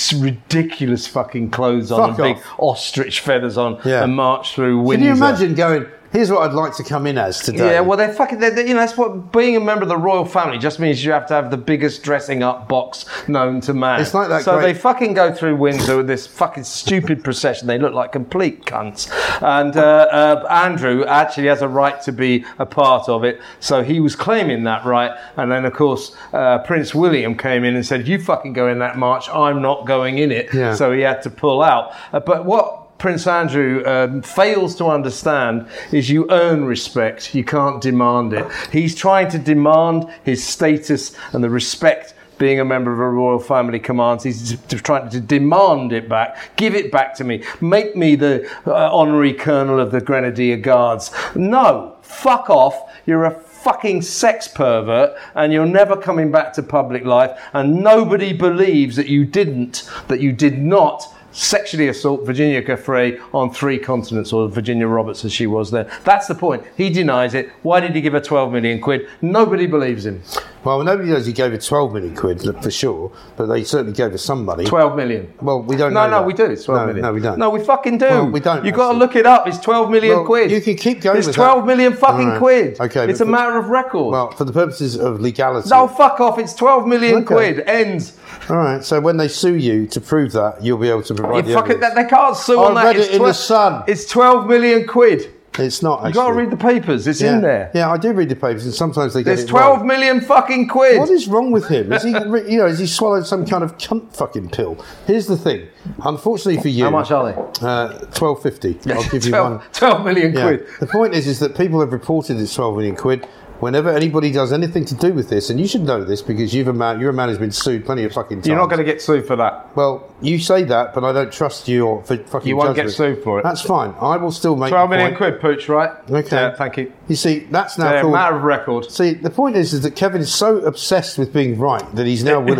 [SPEAKER 3] ridiculous fucking clothes on
[SPEAKER 1] Fuck
[SPEAKER 3] and big
[SPEAKER 1] off.
[SPEAKER 3] ostrich feathers on
[SPEAKER 1] Yeah.
[SPEAKER 3] and march through Windsor.
[SPEAKER 1] Can you imagine going? Here's what I'd like to come in as today.
[SPEAKER 3] Yeah, well, they're fucking. They're, you know, that's what being a member of the royal family just means. You have to have the biggest dressing up box known to man.
[SPEAKER 1] It's like that
[SPEAKER 3] So
[SPEAKER 1] great-
[SPEAKER 3] they fucking go through Windsor with this fucking stupid procession. They look like complete cunts. And uh, uh, Andrew actually has a right to be a part of it, so he was claiming that right. And then, of course, uh, Prince William came in and said, "You fucking go in that march. I'm not going in it."
[SPEAKER 1] Yeah.
[SPEAKER 3] So he had to pull out. Uh, but what Prince Andrew um, fails to understand is you earn respect, you can't demand it. He's trying to demand his status and the respect being a member of a royal family commands. He's t- t- trying to demand it back. Give it back to me. Make me the uh, honorary colonel of the Grenadier Guards. No, fuck off. You're a fucking sex pervert and you're never coming back to public life and nobody believes that you didn't that you did not sexually assault Virginia Gaffrey on three continents or Virginia Roberts as she was there that's the point he denies it why did he give her 12 million quid nobody believes him
[SPEAKER 1] Well, nobody knows he gave her 12 million quid for sure, but they certainly gave her some money.
[SPEAKER 3] 12 million
[SPEAKER 1] Well, we don't
[SPEAKER 3] no
[SPEAKER 1] know.
[SPEAKER 3] no
[SPEAKER 1] that.
[SPEAKER 3] we do it's 12
[SPEAKER 1] no,
[SPEAKER 3] million.
[SPEAKER 1] No, we don't.
[SPEAKER 3] no we fucking do
[SPEAKER 1] Well, we don't,
[SPEAKER 3] you've got to
[SPEAKER 1] actually.
[SPEAKER 3] look it up it's 12 million
[SPEAKER 1] Well,
[SPEAKER 3] quid
[SPEAKER 1] you can keep going
[SPEAKER 3] it's
[SPEAKER 1] with that.
[SPEAKER 3] 12 million fucking
[SPEAKER 1] All right.
[SPEAKER 3] quid
[SPEAKER 1] Okay,
[SPEAKER 3] it's a
[SPEAKER 1] but-
[SPEAKER 3] matter of record
[SPEAKER 1] Well, for the purposes of legality.
[SPEAKER 3] no fuck off it's 12 million
[SPEAKER 1] Okay.
[SPEAKER 3] quid ends
[SPEAKER 1] All right. So when they sue you to prove that, you'll be able to provide.
[SPEAKER 3] You
[SPEAKER 1] the
[SPEAKER 3] fucking,
[SPEAKER 1] evidence.
[SPEAKER 3] they can't sue
[SPEAKER 1] I
[SPEAKER 3] on that.
[SPEAKER 1] read
[SPEAKER 3] It's
[SPEAKER 1] it in The Sun.
[SPEAKER 3] It's 12 million quid.
[SPEAKER 1] It's not actually.
[SPEAKER 3] You got to read the papers. It's
[SPEAKER 1] yeah.
[SPEAKER 3] in there.
[SPEAKER 1] Yeah, I do read the papers, and sometimes they get
[SPEAKER 3] There's
[SPEAKER 1] it
[SPEAKER 3] twelve
[SPEAKER 1] wrong.
[SPEAKER 3] million fucking quid.
[SPEAKER 1] What is wrong with him? Is
[SPEAKER 3] [laughs]
[SPEAKER 1] he, re- you know, is he swallowed some kind of cunt fucking pill? Here's the thing. Unfortunately for you,
[SPEAKER 3] How much [laughs] are they?
[SPEAKER 1] Uh, twelve
[SPEAKER 3] [laughs]
[SPEAKER 1] fifty. I'll give you
[SPEAKER 3] 12
[SPEAKER 1] one.
[SPEAKER 3] 12 million
[SPEAKER 1] Yeah.
[SPEAKER 3] quid.
[SPEAKER 1] The point is, is that people have reported it's 12 million quid. Whenever anybody does anything to do with this, and you should know this because you've a man, you're a man who's been sued plenty of fucking times.
[SPEAKER 3] You're not going to get sued for that.
[SPEAKER 1] Well, you say that, but I don't trust your for fucking.
[SPEAKER 3] You won't get
[SPEAKER 1] judgment.
[SPEAKER 3] sued for it.
[SPEAKER 1] That's fine. I will still make
[SPEAKER 3] Twelve
[SPEAKER 1] the
[SPEAKER 3] million
[SPEAKER 1] point.
[SPEAKER 3] quid, pooch, right?
[SPEAKER 1] Okay.
[SPEAKER 3] Yeah, thank you.
[SPEAKER 1] You see, that's now
[SPEAKER 3] Yeah,
[SPEAKER 1] called.
[SPEAKER 3] matter
[SPEAKER 1] [laughs]
[SPEAKER 3] of record.
[SPEAKER 1] See, the point is, is that Kevin is so obsessed with being right that he's now
[SPEAKER 3] [laughs]
[SPEAKER 1] willing.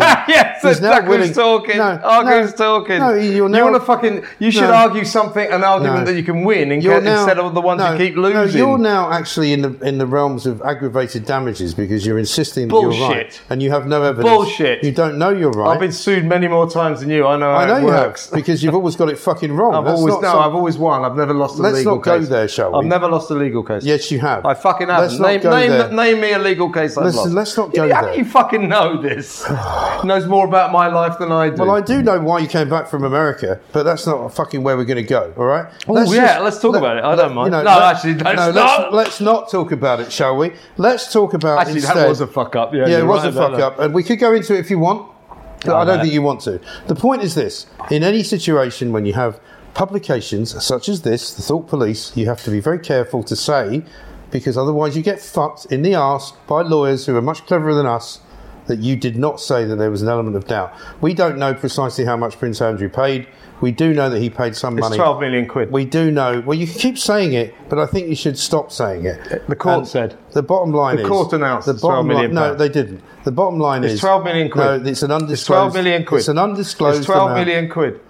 [SPEAKER 1] he's
[SPEAKER 3] yes, that's
[SPEAKER 1] now
[SPEAKER 3] Doug
[SPEAKER 1] willing-
[SPEAKER 3] who's talking.
[SPEAKER 1] No,
[SPEAKER 3] Doug
[SPEAKER 1] no,
[SPEAKER 3] who's talking.
[SPEAKER 1] No, you're now.
[SPEAKER 3] you want to fucking. You should
[SPEAKER 1] No.
[SPEAKER 3] argue something, an argument
[SPEAKER 1] No.
[SPEAKER 3] that you can win, in
[SPEAKER 1] You're
[SPEAKER 3] ca- instead of the ones
[SPEAKER 1] no,
[SPEAKER 3] you keep
[SPEAKER 1] no,
[SPEAKER 3] losing.
[SPEAKER 1] you're now actually in the in the realms of aggravated damages because you're insisting that you're right
[SPEAKER 3] Bullshit.
[SPEAKER 1] and you have no evidence.
[SPEAKER 3] Bullshit.
[SPEAKER 1] You don't know you're right.
[SPEAKER 3] I've been sued many more times than you. I know. How
[SPEAKER 1] I know
[SPEAKER 3] it
[SPEAKER 1] you have
[SPEAKER 3] works. [laughs]
[SPEAKER 1] because you've always got it fucking wrong.
[SPEAKER 3] I've
[SPEAKER 1] That's
[SPEAKER 3] always
[SPEAKER 1] not
[SPEAKER 3] no.
[SPEAKER 1] some-
[SPEAKER 3] I've always won. I've never lost a
[SPEAKER 1] Let's
[SPEAKER 3] legal
[SPEAKER 1] not go
[SPEAKER 3] case.
[SPEAKER 1] there, shall
[SPEAKER 3] I've
[SPEAKER 1] we?
[SPEAKER 3] never lost a legal case.
[SPEAKER 1] yes, you have.
[SPEAKER 3] I fucking have.
[SPEAKER 1] Let's
[SPEAKER 3] name,
[SPEAKER 1] not go
[SPEAKER 3] name,
[SPEAKER 1] there.
[SPEAKER 3] name me a legal case I've
[SPEAKER 1] Listen,
[SPEAKER 3] lost.
[SPEAKER 1] let's not go
[SPEAKER 3] Yeah, How
[SPEAKER 1] there.
[SPEAKER 3] do you fucking know this?
[SPEAKER 1] [sighs]
[SPEAKER 3] Knows more about my life than I do.
[SPEAKER 1] Well, I do know why you came back from America, but that's not fucking where we're going to go. All right?
[SPEAKER 3] Ooh, Oh, yeah, let's talk about it. I don't mind. No, actually, let's
[SPEAKER 1] no,
[SPEAKER 3] not.
[SPEAKER 1] Let's, let's not talk about it, shall we? Let's talk about
[SPEAKER 3] Actually,
[SPEAKER 1] instead.
[SPEAKER 3] that was a fuck up. Yeah,
[SPEAKER 1] yeah, it
[SPEAKER 3] you're
[SPEAKER 1] was
[SPEAKER 3] right
[SPEAKER 1] a
[SPEAKER 3] about
[SPEAKER 1] fuck
[SPEAKER 3] that.
[SPEAKER 1] up, and we could go into it if you want. But I don't
[SPEAKER 3] no.
[SPEAKER 1] think you want to. The point is this: in any situation when you have publications such as this, the Thought Police, you have to be very careful to say, because otherwise you get fucked in the arse by lawyers who are much cleverer than us. That you did not say that there was an element of doubt. We don't know precisely how much Prince Andrew paid. We do know that he paid some
[SPEAKER 3] It's
[SPEAKER 1] money.
[SPEAKER 3] twelve million quid.
[SPEAKER 1] We do know. Well, you can keep saying it, but I think you should stop saying it.
[SPEAKER 3] Uh, The court said.
[SPEAKER 1] The bottom line is.
[SPEAKER 3] court announced
[SPEAKER 1] The
[SPEAKER 3] it's 12
[SPEAKER 1] bottom line.
[SPEAKER 3] million
[SPEAKER 1] No,
[SPEAKER 3] pounds.
[SPEAKER 1] they didn't. The bottom line is.
[SPEAKER 3] 12 million quid.
[SPEAKER 1] No, it's an undisclosed.
[SPEAKER 3] 12 million quid.
[SPEAKER 1] It's an undisclosed.
[SPEAKER 3] It's twelve
[SPEAKER 1] amount. [sighs]
[SPEAKER 3] million quid.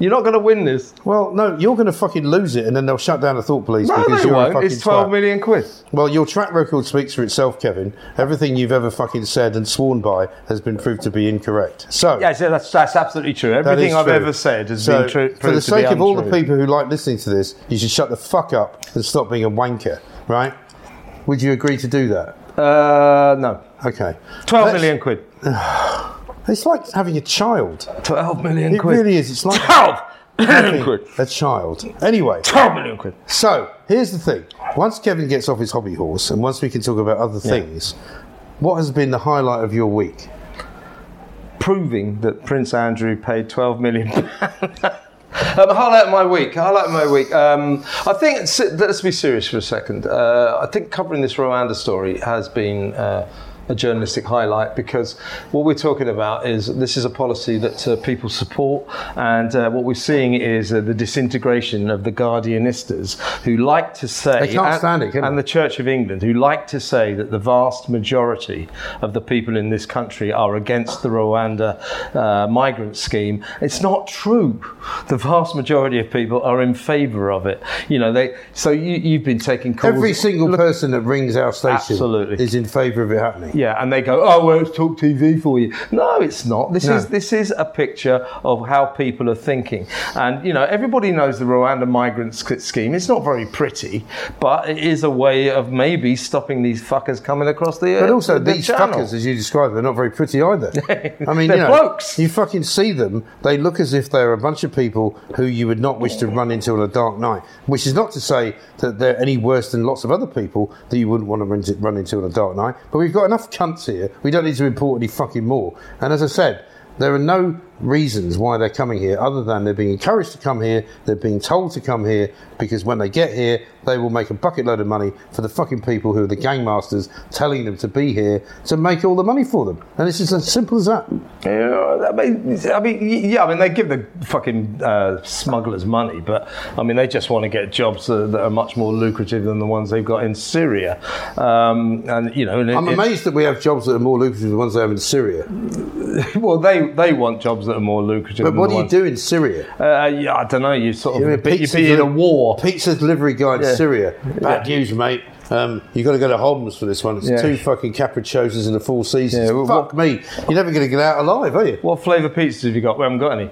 [SPEAKER 3] You're not going to win this.
[SPEAKER 1] Well, no, you're going to fucking lose it, and then they'll shut down the thought police
[SPEAKER 3] No,
[SPEAKER 1] because
[SPEAKER 3] they
[SPEAKER 1] you're a
[SPEAKER 3] won't.
[SPEAKER 1] fucking
[SPEAKER 3] It's twelve
[SPEAKER 1] twat.
[SPEAKER 3] million quid.
[SPEAKER 1] Well, your track record speaks for itself, Kevin. Everything you've ever fucking said and sworn by has been proved to be incorrect. So.
[SPEAKER 3] Yeah, so that's, that's absolutely true.
[SPEAKER 1] that
[SPEAKER 3] Everything
[SPEAKER 1] is
[SPEAKER 3] I've
[SPEAKER 1] true.
[SPEAKER 3] ever said has
[SPEAKER 1] So,
[SPEAKER 3] been true.
[SPEAKER 1] For the sake of all the people who like listening to this, you should shut the fuck up and stop being a wanker, right? Would you agree to do that?
[SPEAKER 3] uh, no,
[SPEAKER 1] Okay.
[SPEAKER 3] twelve
[SPEAKER 1] Let's-
[SPEAKER 3] million quid.
[SPEAKER 1] It's like having a child.
[SPEAKER 3] Twelve million
[SPEAKER 1] It
[SPEAKER 3] quid.
[SPEAKER 1] really is. It's
[SPEAKER 3] [laughs]
[SPEAKER 1] like
[SPEAKER 3] Twelve
[SPEAKER 1] [laughs]
[SPEAKER 3] million
[SPEAKER 1] having
[SPEAKER 3] quid.
[SPEAKER 1] a child. Anyway,
[SPEAKER 3] Twelve million quid.
[SPEAKER 1] so here's the thing. Once Kevin gets off his hobby horse and once we can talk about other things, what has been the highlight of your week?
[SPEAKER 3] proving that Prince Andrew paid 12 million. um, [laughs] highlight of my week. Highlight of my week. Um, I think se- let's be serious for a second. Uh, I think covering this Rwanda story has been. Uh, a journalistic highlight because what we're talking about is this is a policy that uh, people support, and uh, what we're seeing is uh, the disintegration of the Guardianistas who like to say
[SPEAKER 1] They can't
[SPEAKER 3] and-
[SPEAKER 1] stand it, can
[SPEAKER 3] and
[SPEAKER 1] they?
[SPEAKER 3] the Church of England, who like to say that the vast majority of the people in this country are against the Rwanda uh, migrant scheme, it's not true. The vast majority of people are in favour of it. You know, they. So you, you've been taking calls.
[SPEAKER 1] Every single person that rings our station
[SPEAKER 3] Absolutely.
[SPEAKER 1] is in favour of it happening.
[SPEAKER 3] Yeah, and they go, oh well, it's talk TV for you. No, it's not. This
[SPEAKER 1] No.
[SPEAKER 3] is this is a picture of how people are thinking, and you know everybody knows the Rwanda migrant sch- scheme. It's not very pretty, but it is a way of maybe stopping these fuckers coming across the.
[SPEAKER 1] But also,
[SPEAKER 3] the
[SPEAKER 1] these
[SPEAKER 3] uh, channel.
[SPEAKER 1] fuckers, as you describe, they're not very pretty
[SPEAKER 3] [laughs]
[SPEAKER 1] either. I mean,
[SPEAKER 3] They're
[SPEAKER 1] you know,
[SPEAKER 3] blokes.
[SPEAKER 1] you fucking see them, they look as if they're a bunch of people who you would not wish to run into on a dark night. Which is not to say that they're any worse than lots of other people that you wouldn't want to run into- run into on a dark night. But we've got enough cunts here. We don't need to import any fucking more. And as I said, there are no reasons why they're coming here other than they're being encouraged to come here, they're being told to come here, because when they get here, they will make a bucket load of money for the fucking people who are the gang masters telling them to be here to make all the money for them. And it's just as simple as that.
[SPEAKER 3] Yeah, I mean, I mean, y- yeah, I mean, they give the fucking uh, smugglers money, but I mean, they just want to get jobs uh, that, that are much more lucrative than the ones they've got in Syria, um, and you know. and it-
[SPEAKER 1] I'm
[SPEAKER 3] it-
[SPEAKER 1] amazed that we have jobs that are more lucrative than the ones they have in Syria.
[SPEAKER 3] Well, they, they want jobs that are more lucrative.
[SPEAKER 1] But
[SPEAKER 3] than
[SPEAKER 1] what
[SPEAKER 3] the
[SPEAKER 1] do you
[SPEAKER 3] ones-
[SPEAKER 1] do in Syria?
[SPEAKER 3] Uh, yeah, I don't know. You sort
[SPEAKER 1] You're
[SPEAKER 3] of
[SPEAKER 1] a
[SPEAKER 3] you'd be, you'd
[SPEAKER 1] pizza
[SPEAKER 3] be in a
[SPEAKER 1] deli-
[SPEAKER 3] war.
[SPEAKER 1] Pizza delivery guy in
[SPEAKER 3] Yeah.
[SPEAKER 1] Syria. Bad news, mate. Um, you've got to go to Holmes for this one. It's
[SPEAKER 3] Yeah.
[SPEAKER 1] two fucking capricciosos in the four seasons.
[SPEAKER 3] Yeah, well,
[SPEAKER 1] Fuck me. You're never going to get out alive, are you?
[SPEAKER 3] What flavour pizzas have you got? We haven't got any.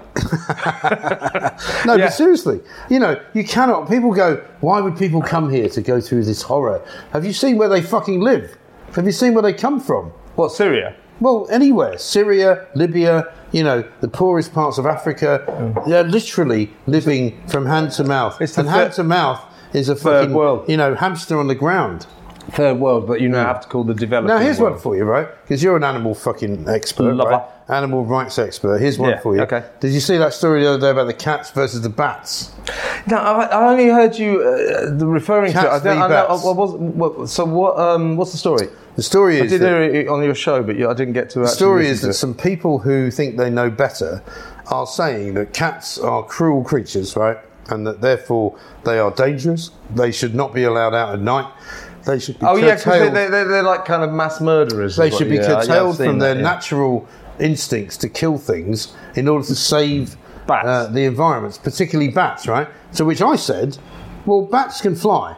[SPEAKER 1] No,
[SPEAKER 3] Yeah.
[SPEAKER 1] but seriously, you know, you cannot. People go, why would people come here to go through this horror? Have you seen where they fucking live? Have you seen where they come from?
[SPEAKER 3] What Syria?
[SPEAKER 1] Well, anywhere. Syria, Libya, you know, the poorest parts of Africa. They're literally living from hand to mouth.
[SPEAKER 3] Mm. It's the
[SPEAKER 1] and
[SPEAKER 3] thir-
[SPEAKER 1] hand to mouth is a fucking,
[SPEAKER 3] world.
[SPEAKER 1] you know, hamster on the ground.
[SPEAKER 3] Third world, but you now have to call the developing
[SPEAKER 1] Now, here's one
[SPEAKER 3] world.
[SPEAKER 1] for you, right? Because you're an animal fucking expert,
[SPEAKER 3] Lover.
[SPEAKER 1] right? Animal rights expert. Here's one
[SPEAKER 3] Yeah,
[SPEAKER 1] for you.
[SPEAKER 3] okay.
[SPEAKER 1] Did you see that story the other day about the cats versus the bats?
[SPEAKER 3] No, I, I only heard you uh, the- referring to. It. I
[SPEAKER 1] Cats
[SPEAKER 3] don't.
[SPEAKER 1] v
[SPEAKER 3] I know,
[SPEAKER 1] bats.
[SPEAKER 3] I, I wasn't- what, so what? Um, what's the story?
[SPEAKER 1] The story
[SPEAKER 3] I
[SPEAKER 1] is
[SPEAKER 3] did
[SPEAKER 1] that-
[SPEAKER 3] hear it on your show, but yeah, I didn't get to.
[SPEAKER 1] The story is that some people who think they know better are saying that cats are cruel creatures, right? And that therefore they are dangerous. They should not be allowed out at night. They should be
[SPEAKER 3] Oh yeah, because they,
[SPEAKER 1] curtailed.
[SPEAKER 3] they, they, they're like kind of mass murderers.
[SPEAKER 1] They
[SPEAKER 3] is what-
[SPEAKER 1] should be
[SPEAKER 3] yeah, I- yeah, I've
[SPEAKER 1] curtailed
[SPEAKER 3] seen
[SPEAKER 1] from
[SPEAKER 3] that,
[SPEAKER 1] their
[SPEAKER 3] yeah.
[SPEAKER 1] natural instincts to kill things in order to save
[SPEAKER 3] Bats.
[SPEAKER 1] uh, the environments, particularly bats, right? To which I said, well, bats can fly.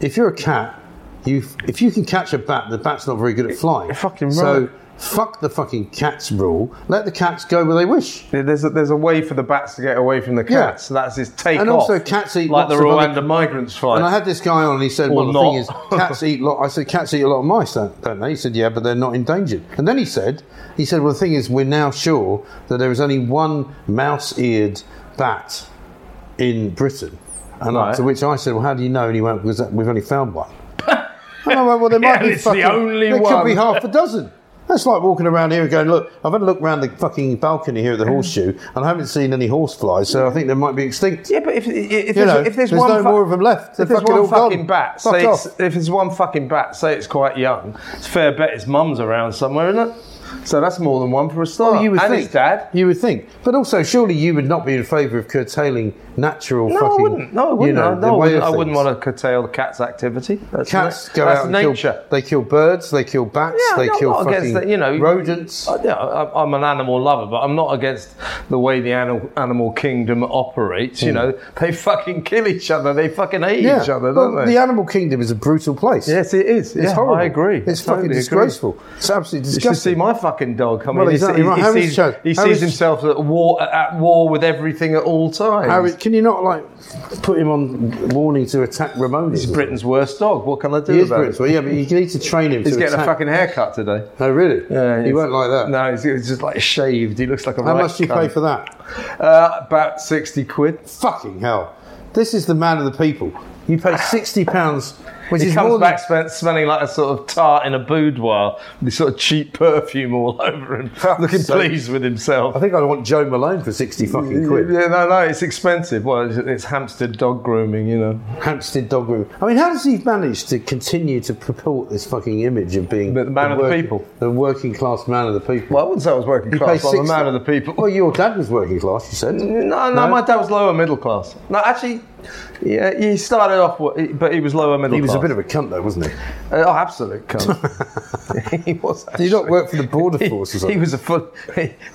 [SPEAKER 1] If you're a cat, you if you can catch a bat, the bat's not very good at flying.
[SPEAKER 3] fucking
[SPEAKER 1] So
[SPEAKER 3] right.
[SPEAKER 1] fuck the fucking cat's rule. Let the cats go where they wish.
[SPEAKER 3] There- There's a, there's a way for the bats to get away from the
[SPEAKER 1] Yeah.
[SPEAKER 3] cats. So that's his take
[SPEAKER 1] And
[SPEAKER 3] off.
[SPEAKER 1] also cats eat
[SPEAKER 3] like the
[SPEAKER 1] lots of other-
[SPEAKER 3] Rwanda migrants fight.
[SPEAKER 1] And I had this guy on, and he said, "Well,
[SPEAKER 3] Or
[SPEAKER 1] the thing is,
[SPEAKER 3] not.
[SPEAKER 1] cats eat lot." I said, "Cats eat a lot of mice, don't, don't they?" He said, "Yeah, but they're not endangered." And then he said, "He said, well, the thing is, we're now sure that there is only one mouse-eared bat in Britain." And I-
[SPEAKER 3] Right.
[SPEAKER 1] to which I said, "Well, how do you know?" And he went, "Because that- we've only found one." [laughs] and I went, "Well, there
[SPEAKER 3] Yeah,
[SPEAKER 1] might be
[SPEAKER 3] it's the
[SPEAKER 1] fucking-
[SPEAKER 3] only
[SPEAKER 1] there
[SPEAKER 3] one."
[SPEAKER 1] could be half a dozen." That's like walking around here and going, look, I've had a look round the fucking balcony here at
[SPEAKER 3] Mm.
[SPEAKER 1] the horseshoe, and I haven't seen any horseflies, so I think they might be extinct.
[SPEAKER 3] yeah, but if, if, if,
[SPEAKER 1] You
[SPEAKER 3] there's,
[SPEAKER 1] know,
[SPEAKER 3] if there's,
[SPEAKER 1] there's
[SPEAKER 3] one
[SPEAKER 1] no
[SPEAKER 3] fu-
[SPEAKER 1] more of them left. They're
[SPEAKER 3] if there's
[SPEAKER 1] fucking
[SPEAKER 3] one
[SPEAKER 1] all gone.
[SPEAKER 3] fucking bat,
[SPEAKER 1] Fuck
[SPEAKER 3] say it's,
[SPEAKER 1] off.
[SPEAKER 3] if there's one fucking bat, say it's quite young. It's fair bet his mum's around somewhere, isn't it? So that's more than one for a start.
[SPEAKER 1] Well, Oh, you would
[SPEAKER 3] Oh, and
[SPEAKER 1] think.
[SPEAKER 3] his dad.
[SPEAKER 1] You would think. But also, surely you would not be in favour of curtailing natural
[SPEAKER 3] No,
[SPEAKER 1] fucking.
[SPEAKER 3] I wouldn't. No, I
[SPEAKER 1] you
[SPEAKER 3] wouldn't.
[SPEAKER 1] know,
[SPEAKER 3] I-
[SPEAKER 1] the
[SPEAKER 3] no, I
[SPEAKER 1] way of
[SPEAKER 3] wouldn't, I wouldn't
[SPEAKER 1] things.
[SPEAKER 3] want to curtail the cat's activity. That's
[SPEAKER 1] Cats
[SPEAKER 3] na-
[SPEAKER 1] go
[SPEAKER 3] that's
[SPEAKER 1] out and
[SPEAKER 3] nature.
[SPEAKER 1] kill. They kill birds. They kill bats.
[SPEAKER 3] Yeah,
[SPEAKER 1] they
[SPEAKER 3] I'm
[SPEAKER 1] kill
[SPEAKER 3] not against
[SPEAKER 1] fucking
[SPEAKER 3] that, you know,
[SPEAKER 1] rodents.
[SPEAKER 3] I- Yeah, I- I'm an animal lover, but I'm not against the way the animal animal kingdom operates. You know, [laughs] they fucking kill each other. They fucking hate
[SPEAKER 1] Hmm. yeah.
[SPEAKER 3] each other,
[SPEAKER 1] Well,
[SPEAKER 3] don't they?
[SPEAKER 1] The animal kingdom is a brutal place.
[SPEAKER 3] yes, it is.
[SPEAKER 1] It's
[SPEAKER 3] yeah,
[SPEAKER 1] horrible.
[SPEAKER 3] I agree.
[SPEAKER 1] It's
[SPEAKER 3] Totally
[SPEAKER 1] fucking
[SPEAKER 3] agree.
[SPEAKER 1] disgraceful. It's absolutely
[SPEAKER 3] You should see
[SPEAKER 1] disgusting.
[SPEAKER 3] my fucking dog come
[SPEAKER 1] Well,
[SPEAKER 3] in. He
[SPEAKER 1] exactly
[SPEAKER 3] se-
[SPEAKER 1] right.
[SPEAKER 3] He,
[SPEAKER 1] How is
[SPEAKER 3] sees,
[SPEAKER 1] Joe-
[SPEAKER 3] he
[SPEAKER 1] how
[SPEAKER 3] sees
[SPEAKER 1] is-
[SPEAKER 3] himself at war, at war with everything at all times.
[SPEAKER 1] Harry, can you not like put him on warning to attack Ramones?
[SPEAKER 3] He's Britain's worst dog. What can I do
[SPEAKER 1] He is
[SPEAKER 3] about
[SPEAKER 1] Britain's.
[SPEAKER 3] it?
[SPEAKER 1] Well, yeah, but you need to train him.
[SPEAKER 3] He's
[SPEAKER 1] to
[SPEAKER 3] getting a
[SPEAKER 1] attack.
[SPEAKER 3] fucking haircut today.
[SPEAKER 1] Oh, really?
[SPEAKER 3] Yeah,
[SPEAKER 1] He
[SPEAKER 3] he's-
[SPEAKER 1] won't like that.
[SPEAKER 3] No, he's, he's just like shaved. He looks like a
[SPEAKER 1] How
[SPEAKER 3] right
[SPEAKER 1] much do you
[SPEAKER 3] cunt.
[SPEAKER 1] pay for that?
[SPEAKER 3] Uh, about 60 quid.
[SPEAKER 1] fucking hell. This is the man of the people. You
[SPEAKER 3] [laughs]
[SPEAKER 1] pay sixty pounds, which
[SPEAKER 3] He
[SPEAKER 1] is
[SPEAKER 3] comes
[SPEAKER 1] more
[SPEAKER 3] back spe- smelling like a sort of tart in a boudoir, with this sort of cheap perfume all [laughs] over him, looking
[SPEAKER 1] sake.
[SPEAKER 3] pleased with
[SPEAKER 1] than. I
[SPEAKER 3] himself.
[SPEAKER 1] think I'd want Joe Malone for sixty fucking quid.
[SPEAKER 3] Yeah, no, no, it's expensive. Well, it's, it's Hampstead dog grooming, you know.
[SPEAKER 1] Hampstead dog room. I mean, how does he manage to continue to purport this fucking image of being
[SPEAKER 3] The man of the
[SPEAKER 1] work-
[SPEAKER 3] people.
[SPEAKER 1] the working class man of the people?
[SPEAKER 3] Well, I wouldn't say I was working
[SPEAKER 1] You pay
[SPEAKER 3] class, but I'm a
[SPEAKER 1] six-
[SPEAKER 3] man of the people.
[SPEAKER 1] Well, your dad was working class, you said.
[SPEAKER 3] No, no, my dad was lower middle class. No, actually, yeah, he started off, wa- but he was lower middle
[SPEAKER 1] He was
[SPEAKER 3] class.
[SPEAKER 1] a bit of a cunt, though, wasn't he?
[SPEAKER 3] Uh, oh, absolute [laughs] cunt. [laughs] he was.
[SPEAKER 1] Did he not
[SPEAKER 3] actually.
[SPEAKER 1] work for the border
[SPEAKER 3] He- [laughs]
[SPEAKER 1] force or
[SPEAKER 3] He
[SPEAKER 1] something?
[SPEAKER 3] was a full.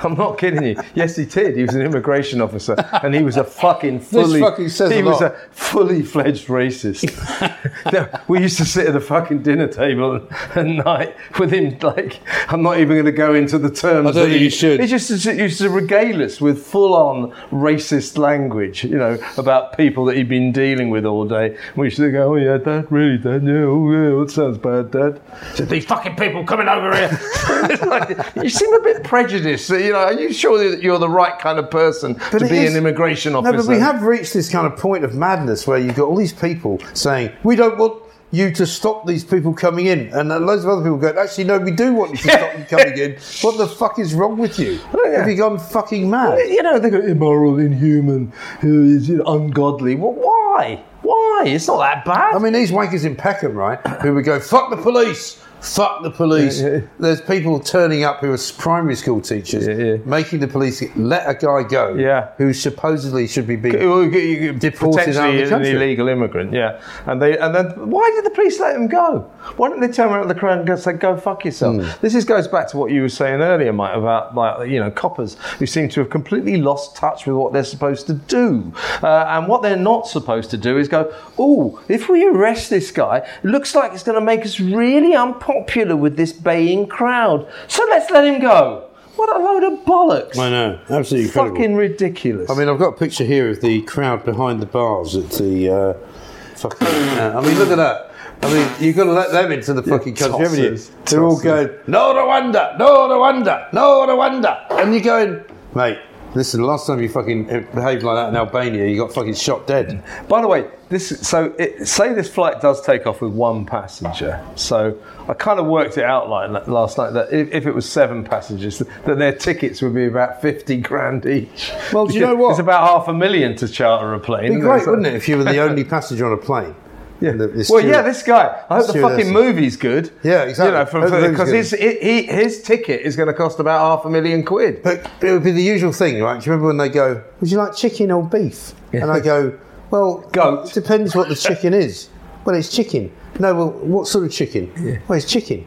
[SPEAKER 3] I'm not kidding you. Yes, he did. He was an immigration officer, and he was
[SPEAKER 1] [laughs]
[SPEAKER 3] a fucking fully.
[SPEAKER 1] fucking says
[SPEAKER 3] he
[SPEAKER 1] a
[SPEAKER 3] was
[SPEAKER 1] lot.
[SPEAKER 3] a fully fledged racist.
[SPEAKER 1] [laughs]
[SPEAKER 3] No, we used to sit at the fucking dinner table at night with him. Like, I'm not even going to go into the terms.
[SPEAKER 1] I don't
[SPEAKER 3] that
[SPEAKER 1] think
[SPEAKER 3] he,
[SPEAKER 1] you should.
[SPEAKER 3] He just used to- used to regale us with full-on racist language, you know, about people that he'd been dealing with all day. We used to go, "Oh yeah, Dad, really, Dad? Yeah, oh yeah, that sounds bad, Dad." He said, These fucking people coming over here. It's like, you seem a bit prejudiced. You know, are you sure that you're the right kind of person to
[SPEAKER 1] it
[SPEAKER 3] be
[SPEAKER 1] is-
[SPEAKER 3] an immigration
[SPEAKER 1] No,
[SPEAKER 3] officer?
[SPEAKER 1] but we have reached this kind of point of madness where you've got all these people saying, we don't want you to stop these people coming in. And then loads of other people go, actually, no, we do want you to stop them coming in. What the fuck is wrong with you?
[SPEAKER 3] [laughs]
[SPEAKER 1] Have you gone fucking mad?
[SPEAKER 3] you know, they go immoral, inhuman, who is it, ungodly. Well, why? Why? It's not that bad.
[SPEAKER 1] I mean, these wankers in Peckham, right, who would go, fuck the police, fuck the police.
[SPEAKER 3] Yeah, yeah.
[SPEAKER 1] There's people turning up who are s- primary school teachers
[SPEAKER 3] Yeah, yeah.
[SPEAKER 1] making the police let a guy go
[SPEAKER 3] Yeah.
[SPEAKER 1] who supposedly should be being.
[SPEAKER 3] Well, you- you-
[SPEAKER 1] Deported
[SPEAKER 3] potentially
[SPEAKER 1] out of the
[SPEAKER 3] an
[SPEAKER 1] country.
[SPEAKER 3] illegal immigrant, yeah. And they and then why did the police let him go? Why didn't they turn around to the crowd and go, say, "Go fuck yourself"?
[SPEAKER 1] Hmm.
[SPEAKER 3] This is, goes back to what you were saying earlier, Mike, about like you know coppers who seem to have completely lost touch with what they're supposed to do, uh, and what they're not supposed to do is go, "Oh, if we arrest this guy, it looks like it's going to make us really unpopular with this baying crowd, so let's let him go." What a load of bollocks!
[SPEAKER 1] know, absolutely
[SPEAKER 3] Fucking ridiculous.
[SPEAKER 1] I mean, I've got a picture here of the crowd behind the bars at the uh, fucking. uh, I mean, look at that. I mean, you've got to let them into the fucking country, haven't you?
[SPEAKER 3] tossers,
[SPEAKER 1] They're all
[SPEAKER 3] tossers.
[SPEAKER 1] going, no Rwanda, no Rwanda, no Rwanda. And you're going, mate, listen, the last time you fucking uh, behaved like that in Albania, you got fucking shot dead.
[SPEAKER 3] By the way, this so it, say this flight does take off with one passenger. So I kind of worked it out like la- last night that if, if it was seven passengers, that their tickets would be about fifty grand each.
[SPEAKER 1] Well, do you know
[SPEAKER 3] Because
[SPEAKER 1] what?
[SPEAKER 3] It's about half a million to charter a plane.
[SPEAKER 1] It'd be great, wouldn't it, if you were the only passenger on a plane?
[SPEAKER 3] Yeah.
[SPEAKER 1] The- the
[SPEAKER 3] well,
[SPEAKER 1] steward-
[SPEAKER 3] yeah, this guy. I hope the
[SPEAKER 1] stewardess.
[SPEAKER 3] fucking movie's good.
[SPEAKER 1] Yeah, exactly.
[SPEAKER 3] You know, from-
[SPEAKER 1] Hope the
[SPEAKER 3] from-
[SPEAKER 1] movie's
[SPEAKER 3] because
[SPEAKER 1] good.
[SPEAKER 3] his he- he- his ticket is going to cost about half a million quid.
[SPEAKER 1] But it would be the usual thing, right? Do you remember when they go, "Would you like chicken or beef?" And I go, "Well,
[SPEAKER 3] Goat.
[SPEAKER 1] It depends what the chicken is. Well, it's chicken. No, well, what sort of chicken? Well, it's chicken.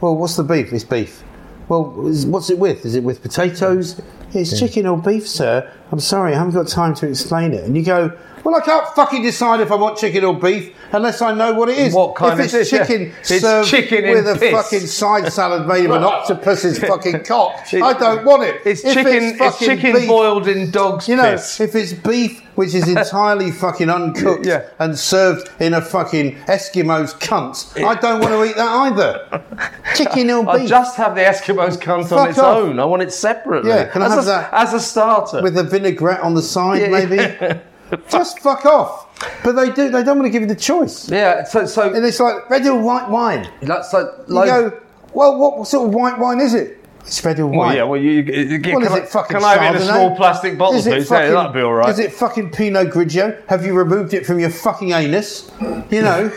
[SPEAKER 1] Well, what's the beef? It's beef. Well, is- what's it with? Is it with potatoes? It's chicken or beef, sir. I'm sorry, I haven't got time to explain it. And you go, well, I can't fucking decide if I want chicken or beef unless I know what it is.
[SPEAKER 3] What kind
[SPEAKER 1] if
[SPEAKER 3] of
[SPEAKER 1] it's
[SPEAKER 3] dish, yeah.
[SPEAKER 1] chicken
[SPEAKER 3] It's
[SPEAKER 1] served
[SPEAKER 3] chicken in
[SPEAKER 1] with a
[SPEAKER 3] piss.
[SPEAKER 1] fucking side salad made of
[SPEAKER 3] [laughs]
[SPEAKER 1] an octopus's fucking cock.
[SPEAKER 3] It-
[SPEAKER 1] I don't want it.
[SPEAKER 3] It's
[SPEAKER 1] If
[SPEAKER 3] chicken. It's,
[SPEAKER 1] fucking
[SPEAKER 3] chicken
[SPEAKER 1] beef-
[SPEAKER 3] boiled in dog's
[SPEAKER 1] You know,
[SPEAKER 3] piss.
[SPEAKER 1] if it's beef, which is
[SPEAKER 3] [laughs]
[SPEAKER 1] entirely fucking uncooked
[SPEAKER 3] Yeah.
[SPEAKER 1] and served in a fucking Eskimo's cunt, I don't want to eat that either. Chicken or
[SPEAKER 3] [laughs] I
[SPEAKER 1] beef
[SPEAKER 3] just have the Eskimos cunt on
[SPEAKER 1] Fuck
[SPEAKER 3] its
[SPEAKER 1] off.
[SPEAKER 3] own. I want it separately.
[SPEAKER 1] Yeah, can I
[SPEAKER 3] as
[SPEAKER 1] have
[SPEAKER 3] a,
[SPEAKER 1] that?
[SPEAKER 3] as a starter?
[SPEAKER 1] with a vinaigrette on the side,
[SPEAKER 3] Yeah, [laughs]
[SPEAKER 1] maybe. just fuck off. But they do. They don't want to give you the choice.
[SPEAKER 3] yeah. So so
[SPEAKER 1] And it's like red or white wine.
[SPEAKER 3] that's like,
[SPEAKER 1] You
[SPEAKER 3] like
[SPEAKER 1] go, well, what sort of white wine is it? It's red or white.
[SPEAKER 3] well, yeah. Well, you, you, you
[SPEAKER 1] Well,
[SPEAKER 3] can,
[SPEAKER 1] is
[SPEAKER 3] I,
[SPEAKER 1] it fucking
[SPEAKER 3] can I have it in a
[SPEAKER 1] Chardonnay?
[SPEAKER 3] small plastic bottle,
[SPEAKER 1] Is it
[SPEAKER 3] please? Yeah,
[SPEAKER 1] fucking-
[SPEAKER 3] that'd be all right.
[SPEAKER 1] Is it fucking Pinot Grigio? Have you removed it from your fucking anus? You
[SPEAKER 3] [laughs]
[SPEAKER 1] know,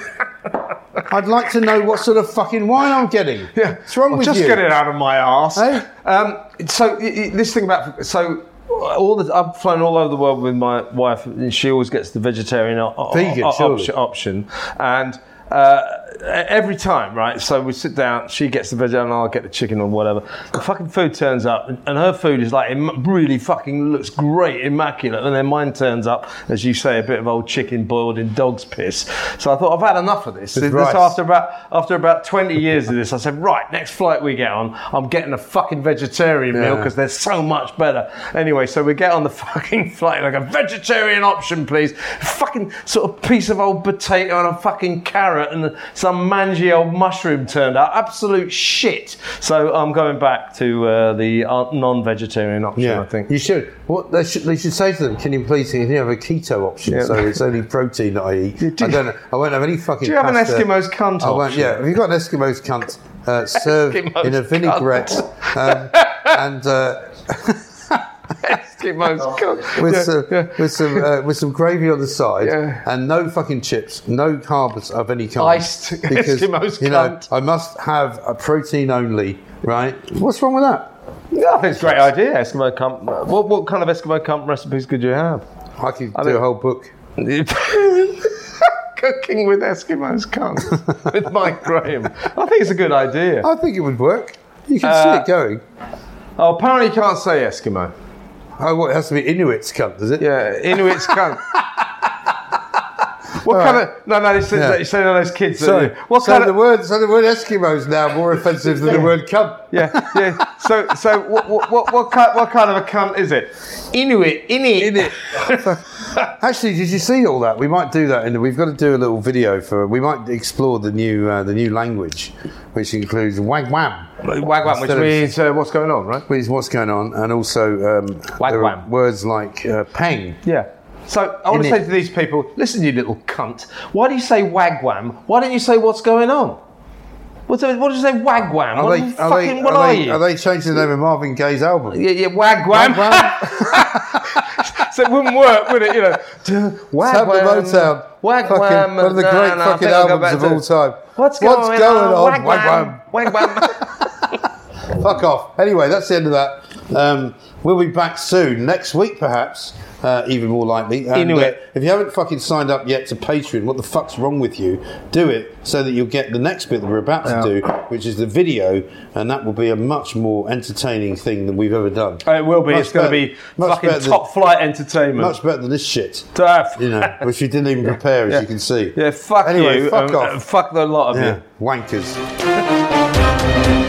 [SPEAKER 1] I'd like to know what sort of fucking wine I'm getting.
[SPEAKER 3] Yeah.
[SPEAKER 1] What's wrong
[SPEAKER 3] Well,
[SPEAKER 1] with
[SPEAKER 3] just
[SPEAKER 1] you?
[SPEAKER 3] get it out of my arse.
[SPEAKER 1] Eh?
[SPEAKER 3] Um, so y- y- this thing about so all the I've flown all over the world with my wife, and she always gets the vegetarian o- o-
[SPEAKER 1] Vegan,
[SPEAKER 3] o-
[SPEAKER 1] surely.
[SPEAKER 3] option, option, and. Uh, every time, right? So we sit down. She gets the vegetarian, I'll get the chicken or whatever. The fucking food turns up, and and her food is like im- really fucking looks great, immaculate. And then mine turns up, as you say, a bit of old chicken boiled in dog's piss. So I thought I've had enough of this. This
[SPEAKER 1] rice.
[SPEAKER 3] after about after about 20 years of this, I said, right, next flight we get on, I'm getting a fucking vegetarian meal
[SPEAKER 1] Yeah.
[SPEAKER 3] because they're so much better. Anyway, so we get on the [laughs] fucking flight and I go, vegetarian option, please. Fucking sort of piece of old potato and a fucking carrot and some mangy old mushroom turned out. Absolute shit. So I'm going back to uh, the uh, non-vegetarian option,
[SPEAKER 1] Yeah,
[SPEAKER 3] I think. [laughs]
[SPEAKER 1] you should. What they should, they should say to them: Can you please can you have a keto option?
[SPEAKER 3] Yeah.
[SPEAKER 1] So it's only protein that I eat.
[SPEAKER 3] do
[SPEAKER 1] I
[SPEAKER 3] you-
[SPEAKER 1] don't. know- I won't have any fucking.
[SPEAKER 3] Do you have an
[SPEAKER 1] pasta.
[SPEAKER 3] Eskimo's cunt
[SPEAKER 1] I won't.
[SPEAKER 3] option?
[SPEAKER 1] Yeah, have you got an Eskimo's cunt
[SPEAKER 3] [laughs]
[SPEAKER 1] uh, served
[SPEAKER 3] Eskimo's
[SPEAKER 1] in a
[SPEAKER 3] cunt.
[SPEAKER 1] vinaigrette um, and uh,
[SPEAKER 3] Eskimo's cunt.
[SPEAKER 1] Oh. with
[SPEAKER 3] Yeah,
[SPEAKER 1] some
[SPEAKER 3] yeah.
[SPEAKER 1] with some uh, with some gravy on the side
[SPEAKER 3] Yeah.
[SPEAKER 1] and no fucking chips, no carbs of any kind.
[SPEAKER 3] Iced [laughs] Eskimos
[SPEAKER 1] you know
[SPEAKER 3] cunt.
[SPEAKER 1] I must have a protein only. Right? What's wrong with that?
[SPEAKER 3] Yeah, I think Oh, it's a great idea, Eskimo Camp. What, what kind of Eskimo Camp recipes could you have?
[SPEAKER 1] I could do
[SPEAKER 3] mean-
[SPEAKER 1] a whole book.
[SPEAKER 3] [laughs] Cooking with Eskimos
[SPEAKER 1] [laughs]
[SPEAKER 3] Camp with Mike Graham. I think it's a good idea.
[SPEAKER 1] I think it would work. You can see
[SPEAKER 3] Uh,
[SPEAKER 1] it going.
[SPEAKER 3] Oh, apparently you can't say Eskimo.
[SPEAKER 1] Oh, what, it has to be Inuit's cunt, does it?
[SPEAKER 3] Yeah, Inuit's
[SPEAKER 1] [laughs]
[SPEAKER 3] cunt. What kind of no no it's,
[SPEAKER 1] Yeah.
[SPEAKER 3] it's one of those kids. that-
[SPEAKER 1] So,
[SPEAKER 3] what
[SPEAKER 1] so
[SPEAKER 3] kind
[SPEAKER 1] the
[SPEAKER 3] of
[SPEAKER 1] word so the word Eskimo is now more offensive than the word cunt.
[SPEAKER 3] yeah yeah. So so what what what, what, kind, what kind of a cunt is it? Inuit Inuit Inuit.
[SPEAKER 1] Actually, did you see all that? We might do that, and we've got to do a little video for. We might explore the new uh, the new language, which includes wagwam,
[SPEAKER 3] Wagwan, which
[SPEAKER 1] Instead of-
[SPEAKER 3] means uh, what's going on, right?
[SPEAKER 1] which is what's going on, and also um, there are
[SPEAKER 3] Wagwam.
[SPEAKER 1] words like uh, pang.
[SPEAKER 3] Yeah. So I want to
[SPEAKER 1] Isn't
[SPEAKER 3] say to these people, listen, you little cunt. Why do you say wagwam? Why don't you say what's going on? What's that- what do you say wagwam? what the fucking what are,
[SPEAKER 1] are, they,
[SPEAKER 3] you?
[SPEAKER 1] are they changing the name of Marvin Gaye's album?
[SPEAKER 3] yeah, yeah, wagwam. [laughs] so it wouldn't work, would it?
[SPEAKER 1] [laughs]
[SPEAKER 3] You know,
[SPEAKER 1] Tap the
[SPEAKER 3] wagwam.
[SPEAKER 1] Motown.
[SPEAKER 3] Wagwam.
[SPEAKER 1] Fucking one of the
[SPEAKER 3] No,
[SPEAKER 1] great
[SPEAKER 3] no, I
[SPEAKER 1] fucking
[SPEAKER 3] think I'll go
[SPEAKER 1] albums
[SPEAKER 3] back
[SPEAKER 1] of
[SPEAKER 3] to-
[SPEAKER 1] all time.
[SPEAKER 3] What's going,
[SPEAKER 1] What's
[SPEAKER 3] on?
[SPEAKER 1] on? Wagwam.
[SPEAKER 3] Wagwam. Wagwam.
[SPEAKER 1] Fuck off. Anyway, that's the end of that. Um, we'll be back soon, next week perhaps, uh, even more likely. And,
[SPEAKER 3] Inuit.
[SPEAKER 1] uh, if you haven't fucking signed up yet to Patreon, what the fuck's wrong with you? Do it so that you'll get the next bit that we're about to do, which is the video, and that will be a much more entertaining thing than we've ever done.
[SPEAKER 3] it will be.
[SPEAKER 1] [laughs] Much
[SPEAKER 3] it's going to
[SPEAKER 1] better-
[SPEAKER 3] be
[SPEAKER 1] much
[SPEAKER 3] fucking
[SPEAKER 1] better than-
[SPEAKER 3] top flight entertainment.
[SPEAKER 1] Much better than this shit,
[SPEAKER 3] Daft.
[SPEAKER 1] you
[SPEAKER 3] [laughs]
[SPEAKER 1] know, which you didn't even prepare, as you can see.
[SPEAKER 3] yeah, fuck
[SPEAKER 1] anyway,
[SPEAKER 3] you.
[SPEAKER 1] fuck
[SPEAKER 3] um,
[SPEAKER 1] off.
[SPEAKER 3] uh, Fuck the lot of you.
[SPEAKER 1] yeah, wankers.